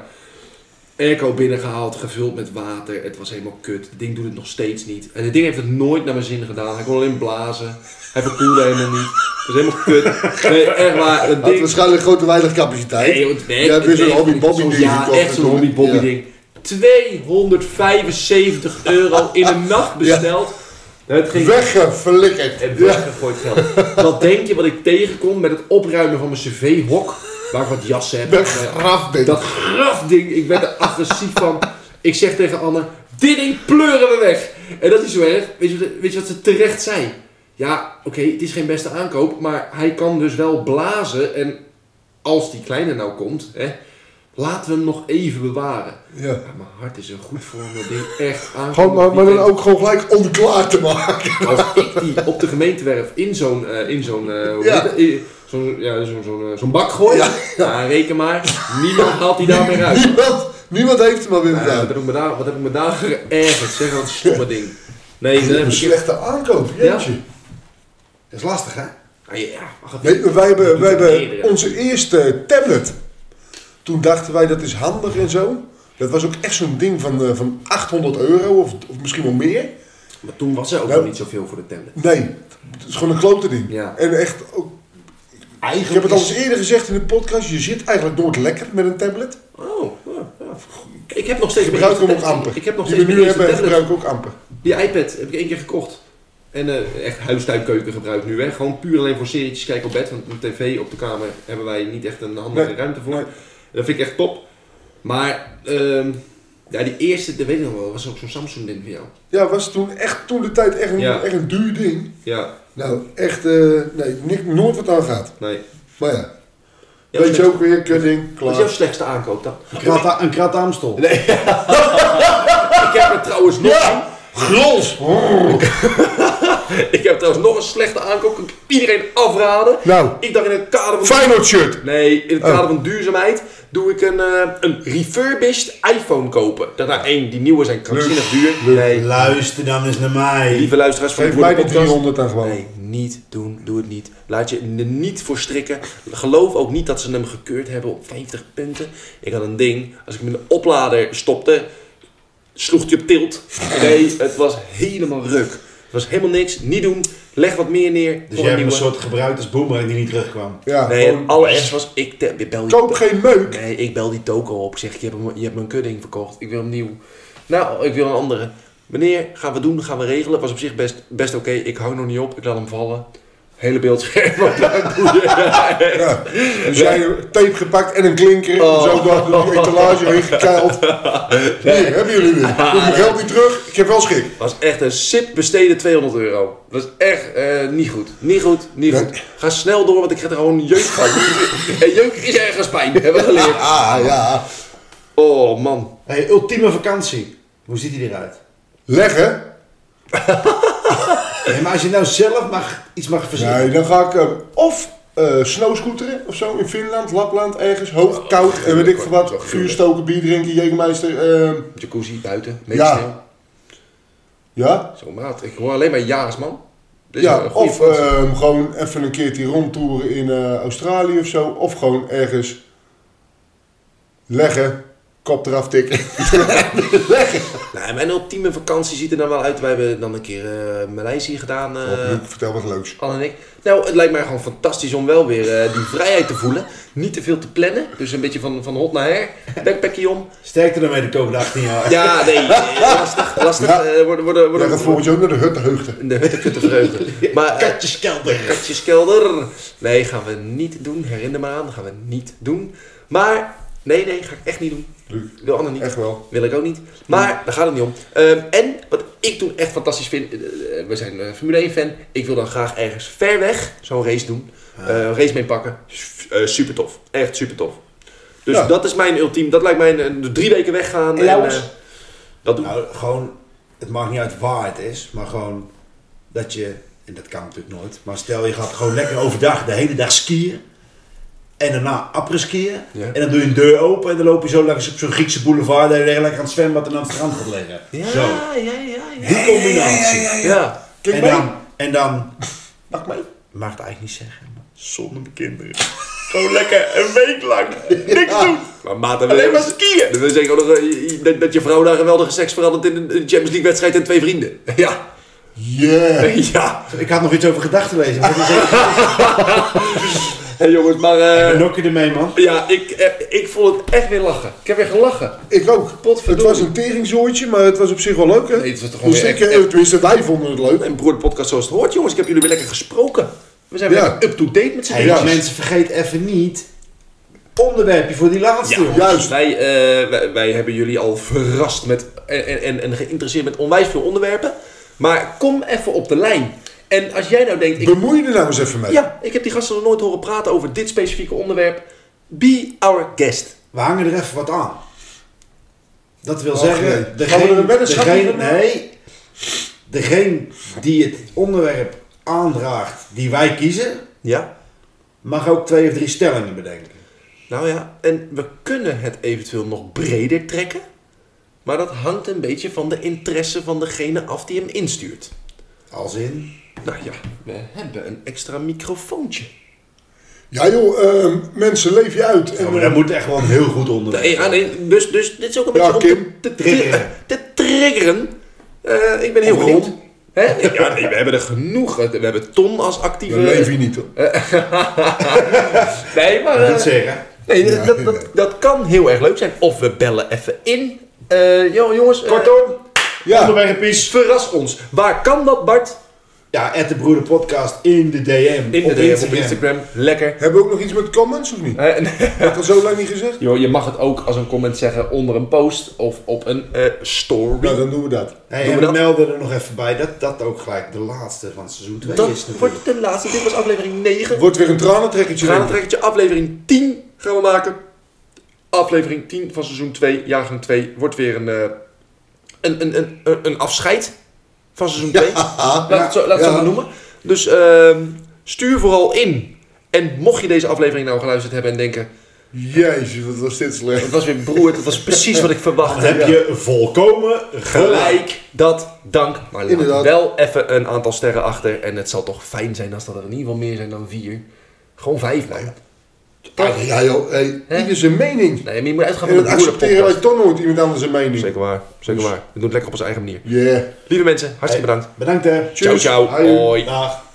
C: Airco binnengehaald, gevuld met water. Het was helemaal kut. Het ding doet het nog steeds niet. En het ding heeft het nooit naar mijn zin gedaan. Hij kon alleen blazen. Hij verkoelde helemaal niet. Het was helemaal kut. Nee, echt waar. Het
A: Had
C: ding...
A: waarschijnlijk gewoon te weinig capaciteit.
C: Nee, joh, het werkt.
A: Jij hebt weer
C: Het
A: zo'n
C: werkt
A: hobby
C: niet.
A: bobby
C: Zo'n-
A: ding
C: Ja,
A: gekocht
C: echt zo'n hobby
A: natuurlijk.
C: bobby
A: Ja.
C: ding. 275 euro in een nacht besteld. Het ging
A: Weggeflikkerd.
C: en
A: Ja.
C: weggegooid geld. Wat denk je wat ik tegenkom met het opruimen van mijn cv-hok? Waar ik wat jassen heb.
A: Dat grafding.
C: Dat grafding. Ik werd er agressief van. Ik zeg tegen Anne, dit ding pleuren we weg. En dat is zo erg. Weet je, wat- weet je wat ze terecht zei? Ja, oké, het is geen beste aankoop. Maar hij kan dus wel blazen. En als die kleine nou komt, hè, laten we hem nog even bewaren.
A: Ja.
C: Ja, mijn hart is er goed voor om dat ding echt aan te
A: Gewoon, maar, maar dan ook gewoon gelijk onklaar te maken.
C: als ik die op de gemeentewerf in zo'n eh, in zo'n eh, hoe
A: Ja.
C: heet het? In- zo'n ja, zo'n zo'n eh, zo'n bak gooi, ja. reken maar, niemand haalt die daar meer uit.
A: Niemand, niemand heeft hem maar weer
C: Ja, wat,
A: gedaan.
C: heb ik me daar, wat heb ik me daar geërgerd? Zeg dat stomme ding. Nee, dat heb
A: Een
C: ik echt-
A: slechte aankoop, jeetje.
D: Dat is lastig, hè?
C: Ah, ja, wacht even.
A: Weet je, wij hebben, wij hebben
C: Meerdere.
A: onze eerste tablet. Toen dachten wij dat is handig en zo. Dat was ook echt zo'n ding van, eh, van 800 euro of, of misschien wel meer.
C: Maar toen was er ook
A: Nou.
C: nog niet zoveel voor de tablet.
A: Nee, het is gewoon een klote ding.
C: Ja.
A: En echt, ook, ik heb
D: Eigenlijk
A: het al
D: is-
A: eens eerder gezegd in de podcast, je zit eigenlijk nooit lekker met een tablet.
C: Oh, ja, ja. Ik heb nog steeds
A: Ik gebruik hem
C: mijn
A: ook
C: eerste tablet.
A: amper.
C: Ik heb nog
A: Die
C: steeds
A: we nu
C: mijn eerste
A: hebben,
C: tablet.
A: gebruik ik ook amper.
C: Die iPad heb ik één keer gekocht. En eh, echt huistuinkeuken gebruik nu, hè. Gewoon puur alleen voor serietjes kijken op bed. Want een tv op de kamer hebben wij niet echt een handige
A: Nee,
C: ruimte voor.
A: nee.
C: Dat vind ik echt top. Maar, ehm, ja, die eerste, dat weet ik nog wel, was ook zo'n Samsung ding voor jou.
A: Ja, was toen echt toen de tijd echt een,
C: Ja.
A: echt een duur ding.
C: Ja,
A: Nou, echt, eh, nee, nik- nooit wat aan gaat.
C: nee.
A: Maar ja,
C: Ja,
A: weet je
C: slecht-
A: ook weer, kutting,
C: Wat is jouw
A: klaar.
C: slechtste aankoop dan?
D: Een krat- een krat Amstel. Nee.
C: Ik heb er trouwens nog,
A: Gros!
C: ik heb trouwens nog een slechte aankoop. Kan ik iedereen afraden.
A: Nou,
C: Ik dacht in het kader van...
A: Feyenoord shirt.
C: Nee, in het
A: Oh.
C: kader van duurzaamheid doe ik een, eh, een refurbished iPhone kopen. Dat nou één, die nieuwe zijn krankzinnig duur. Nee,
D: Luister dan eens naar mij.
C: Lieve luisteraars van
A: Geef
C: de
A: mij die
C: Podcast.
A: 300 dan gewoon.
C: Nee, niet doen. Doe het niet. Laat je er niet voor strikken. Geloof ook niet dat ze hem gekeurd hebben op 50 punten. Ik had een ding. Als ik hem in de oplader stopte, sloeg hij op tilt. Nee, het was helemaal ruk. Het was helemaal niks. Niet doen. Leg wat meer neer. Voor
D: Dus jij hebt
C: nieuwe.
D: een soort gebruikt als boomerang die niet terugkwam.
A: Ja,
C: Nee,
A: gewoon,
C: het allerergste was... Ik te- ik bel die-
A: koop geen meuk.
C: Nee, ik bel die toko op. Ik zeg, je hebt, hem- je hebt mijn kudding verkocht. Ik wil hem nieuw. Nou, ik wil een andere. Meneer, gaan we doen, gaan we regelen. Was op zich best, best oké. Ik hou nog niet op, ik laat hem vallen. Hele beeldscherm op mijn boeien.
A: Ja. Dus jij hebt tape gepakt en een klinker.
C: Oh.
A: en Zo door door die etalage heen gekeild. Nee, hebben jullie weer.
C: Ah.
A: Ik hoef mijn geld niet terug. Ik heb wel schik.
C: was echt een sip besteden 200 euro. Dat was echt eh, niet goed. Niet goed, niet goed. Ga snel door, want ik krijg er gewoon jeuk van. en jeuk is ergens pijn, hebben we geleerd.
A: Ah ja.
C: Oh man.
D: Hey, ultieme vakantie. Hoe ziet die eruit?
A: Leggen?
D: Nee, maar als je nou zelf mag, iets mag verzinnen.
A: Nee, dan ga ik eh, of eh snowscooteren of zo in Finland, Lapland, ergens.
C: Oh,
A: Hoog, koud en weet ik veel wat. Vuur stoken, bier drinken, jegermeister. eh,
C: Jacuzzi buiten, beetje
A: Ja.
C: sneeuw.
A: ja,
C: Zo maat, ik hoor alleen maar ja's man. Dit is
A: Ja,
C: een goede
A: of
C: podcast.
A: ehm, gewoon even een keertje rondtoeren in eh, Australië of zo. Of gewoon ergens leggen, kop eraf tikken.
C: Nou, mijn ultieme vakantie ziet er dan wel uit. Wij hebben dan een keer eh Maleisië gedaan. eh,
A: Rob, Luc, vertel wat leuks.
C: Anne en ik. Nou, het lijkt mij gewoon fantastisch om wel weer eh, die vrijheid te voelen. Niet te veel te plannen. Dus een beetje van, van hot naar her. Backpackje om.
D: Sterkte ermee de komende 18 jaar.
C: Ja, nee. eh, Lastig. Lastig.
A: Ja.
C: eh, worden, worden,
A: We gaan
C: worden,
A: volgend jaar ook naar de huttenheugde.
C: de huttenkutte vreugde. Maar eh,
D: Katjeskelder.
C: katjeskelder. Nee, gaan we niet doen. Herinner me aan. Dat gaan we niet doen. Maar, nee, nee. Ga ik echt niet doen.
A: Luc,
C: Wil Anne niet.
A: echt wel.
C: Wil ik ook niet. Maar daar gaat het niet om. Ehm, en wat ik toen echt fantastisch vind. eh, eh, we zijn eh, Formule 1 fan. Ik wil dan graag ergens ver weg zo'n race doen. Eh, race mee pakken. eh, super tof. Echt super tof. Dus
A: Ja.
C: dat is mijn ultiem. Dat lijkt mij een, drie weken weggaan.
D: En jou eens?
C: eh, dat doen.
D: Nou, gewoon, het maakt niet uit waar het is, maar gewoon dat je, en dat kan natuurlijk nooit, maar stel je gaat gewoon lekker overdag de hele dag skiën. En daarna apres-skiën.
C: Ja.
D: En dan doe je een deur open en dan loop je zo langs op zo'n Griekse boulevard. En lekker aan het zwembad en aan het strand gaat liggen.
C: ja,
D: Nou, Zo.
C: Ah, ja, ja, ja.
D: Die combinatie.
C: Ja.
A: Kijk
D: En
A: mee.
D: dan, en dan
C: Mag mee.
D: mag het eigenlijk niet zeggen. maar
C: Zonder mijn kinderen. Gewoon lekker een week lang niks doen. Maar maat, dan wil
D: Alleen
C: je-
D: maar skiën.
C: Dan wil eh, je zeggen dat, dat, dat je vrouw daar geweldige seks verandert in een Champions League wedstrijd en twee vrienden. Ja.
A: Yeah.
C: Ja.
D: Ik had nog iets over gedachten lezen. Wat is er?
C: Hé jongens, maar eh,
D: Nok je ermee, man.
C: ja, ik, eh, ik vond het echt weer lachen. Ik heb weer gelachen.
A: Ik ook. Het
C: Potverdorie.
A: was een teringzooitje, maar het was op zich wel leuk, hè?
C: Nee, het was toch
A: dus
C: gewoon
A: ik,
C: weer echt-
A: eh, tenminste, wij vonden het leuk.
C: En broer, de podcast zoals het hoort, jongens. Ik heb jullie weer lekker gesproken. We zijn
A: Ja.
C: weer up-to-date met z'n
D: Hey,
A: Ja.
D: mensen, vergeet even niet. Onderwerpje voor die laatste. jongen.
A: Juist.
C: Wij, eh, wij, wij hebben jullie al verrast met, en, en, en geïnteresseerd met onwijs veel onderwerpen. Maar kom even op de lijn. En als jij nou denkt, ik,
A: Bemoei je er nou eens even mee.
C: ja, ik heb die gasten nog nooit horen praten over dit specifieke onderwerp. Be our guest.
D: We hangen er even wat aan. Dat wil
A: Och,
C: eh,
D: zeggen,
A: nee.
D: degene,
A: Gaan we er een weddenschap
D: degene-
A: in doen?
D: nee, degene die het onderwerp aandraagt die wij kiezen,
C: Ja,
D: mag ook twee of drie stellingen bedenken.
C: nou ja. En we kunnen het eventueel nog breder trekken. Maar dat hangt een beetje van de interesse van degene af die hem instuurt.
D: Als in,
C: Nou ja, we hebben een extra microfoontje.
A: Ja, joh, ehm, mensen, leef je uit. En,
D: ja, maar
A: eh,
D: dat moet echt wel een heel goed onderwerp
C: Nee, ja, nee, dus, dus dit is ook een
A: Ja,
C: beetje om
A: Kim.
C: te, te,
D: Triggeren.
C: te triggeren. Eh, ik ben heel
A: Of Ron.
C: benieuwd. Hè? Ja, nee, we hebben er genoeg. We hebben Ton als actieve...
A: dan leef je niet, hoor.
C: Nee, maar...
D: zijn.
C: eh,
D: Dat zeggen.
C: nee, dat, dat, dat kan heel erg leuk zijn. Of we bellen even in. Eh, joh, jongens, eh,
D: Kortom,
A: Ja,
D: onderwerpjes.
C: verras ons. Waar kan dat, Bart?
D: Ja, at de broeder podcast in de DM.
C: In de
D: op
C: DM,
D: Instagram.
C: op Instagram. Lekker.
A: hebben we ook nog iets met comments, of niet?
C: Eh, nee.
A: Heb ik al zo lang niet gezegd?
C: Joh, je mag het ook als een comment zeggen onder een post of op een eh, story.
A: Nou, dan doen we dat.
D: Hey,
C: Doen
D: en
C: we dat?
D: we melden er nog even bij dat dat ook gelijk de laatste van seizoen 2 is
C: dat
D: natuurlijk.
C: wordt de laatste. Dit was aflevering 9.
A: Wordt weer een tranentrekkertje. denk ik.
C: Tranentrekkertje, aflevering 10 gaan we maken. Aflevering 10 van seizoen 2, jaargang 2, wordt weer een, eh, een, een, een, een, een afscheid van seizoen 2. laat het zo, laat het zo
A: ja.
C: maar noemen. Dus ehm, stuur vooral in. En mocht je deze aflevering nou geluisterd hebben en denken...
A: Jezus, wat was dit slecht.
C: Het was weer broer, het was precies wat ik
D: Dan
C: verwachtte.
D: heb je volkomen gelijk.
C: Gelijk dat dank. Maar laat
A: Inderdaad.
C: wel even een aantal sterren achter. En het zal toch fijn zijn als dat er in ieder geval meer zijn dan vier. Gewoon vijf, man.
A: Ah, ja joh, hey, ieder zijn mening.
C: Nee, maar je moet uitgaan
A: En
C: van
A: dat
C: de broederpodcast.
A: accepteren wij toch nooit iemand anders zijn mening.
C: Zeker waar, zeker waar. We doen het lekker op onze eigen manier.
A: Yeah.
C: Lieve mensen, hartstikke bedankt.
D: Bedankt hè.
C: Ciao, ciao.
A: Hoi.
C: Hoi.
D: Dag.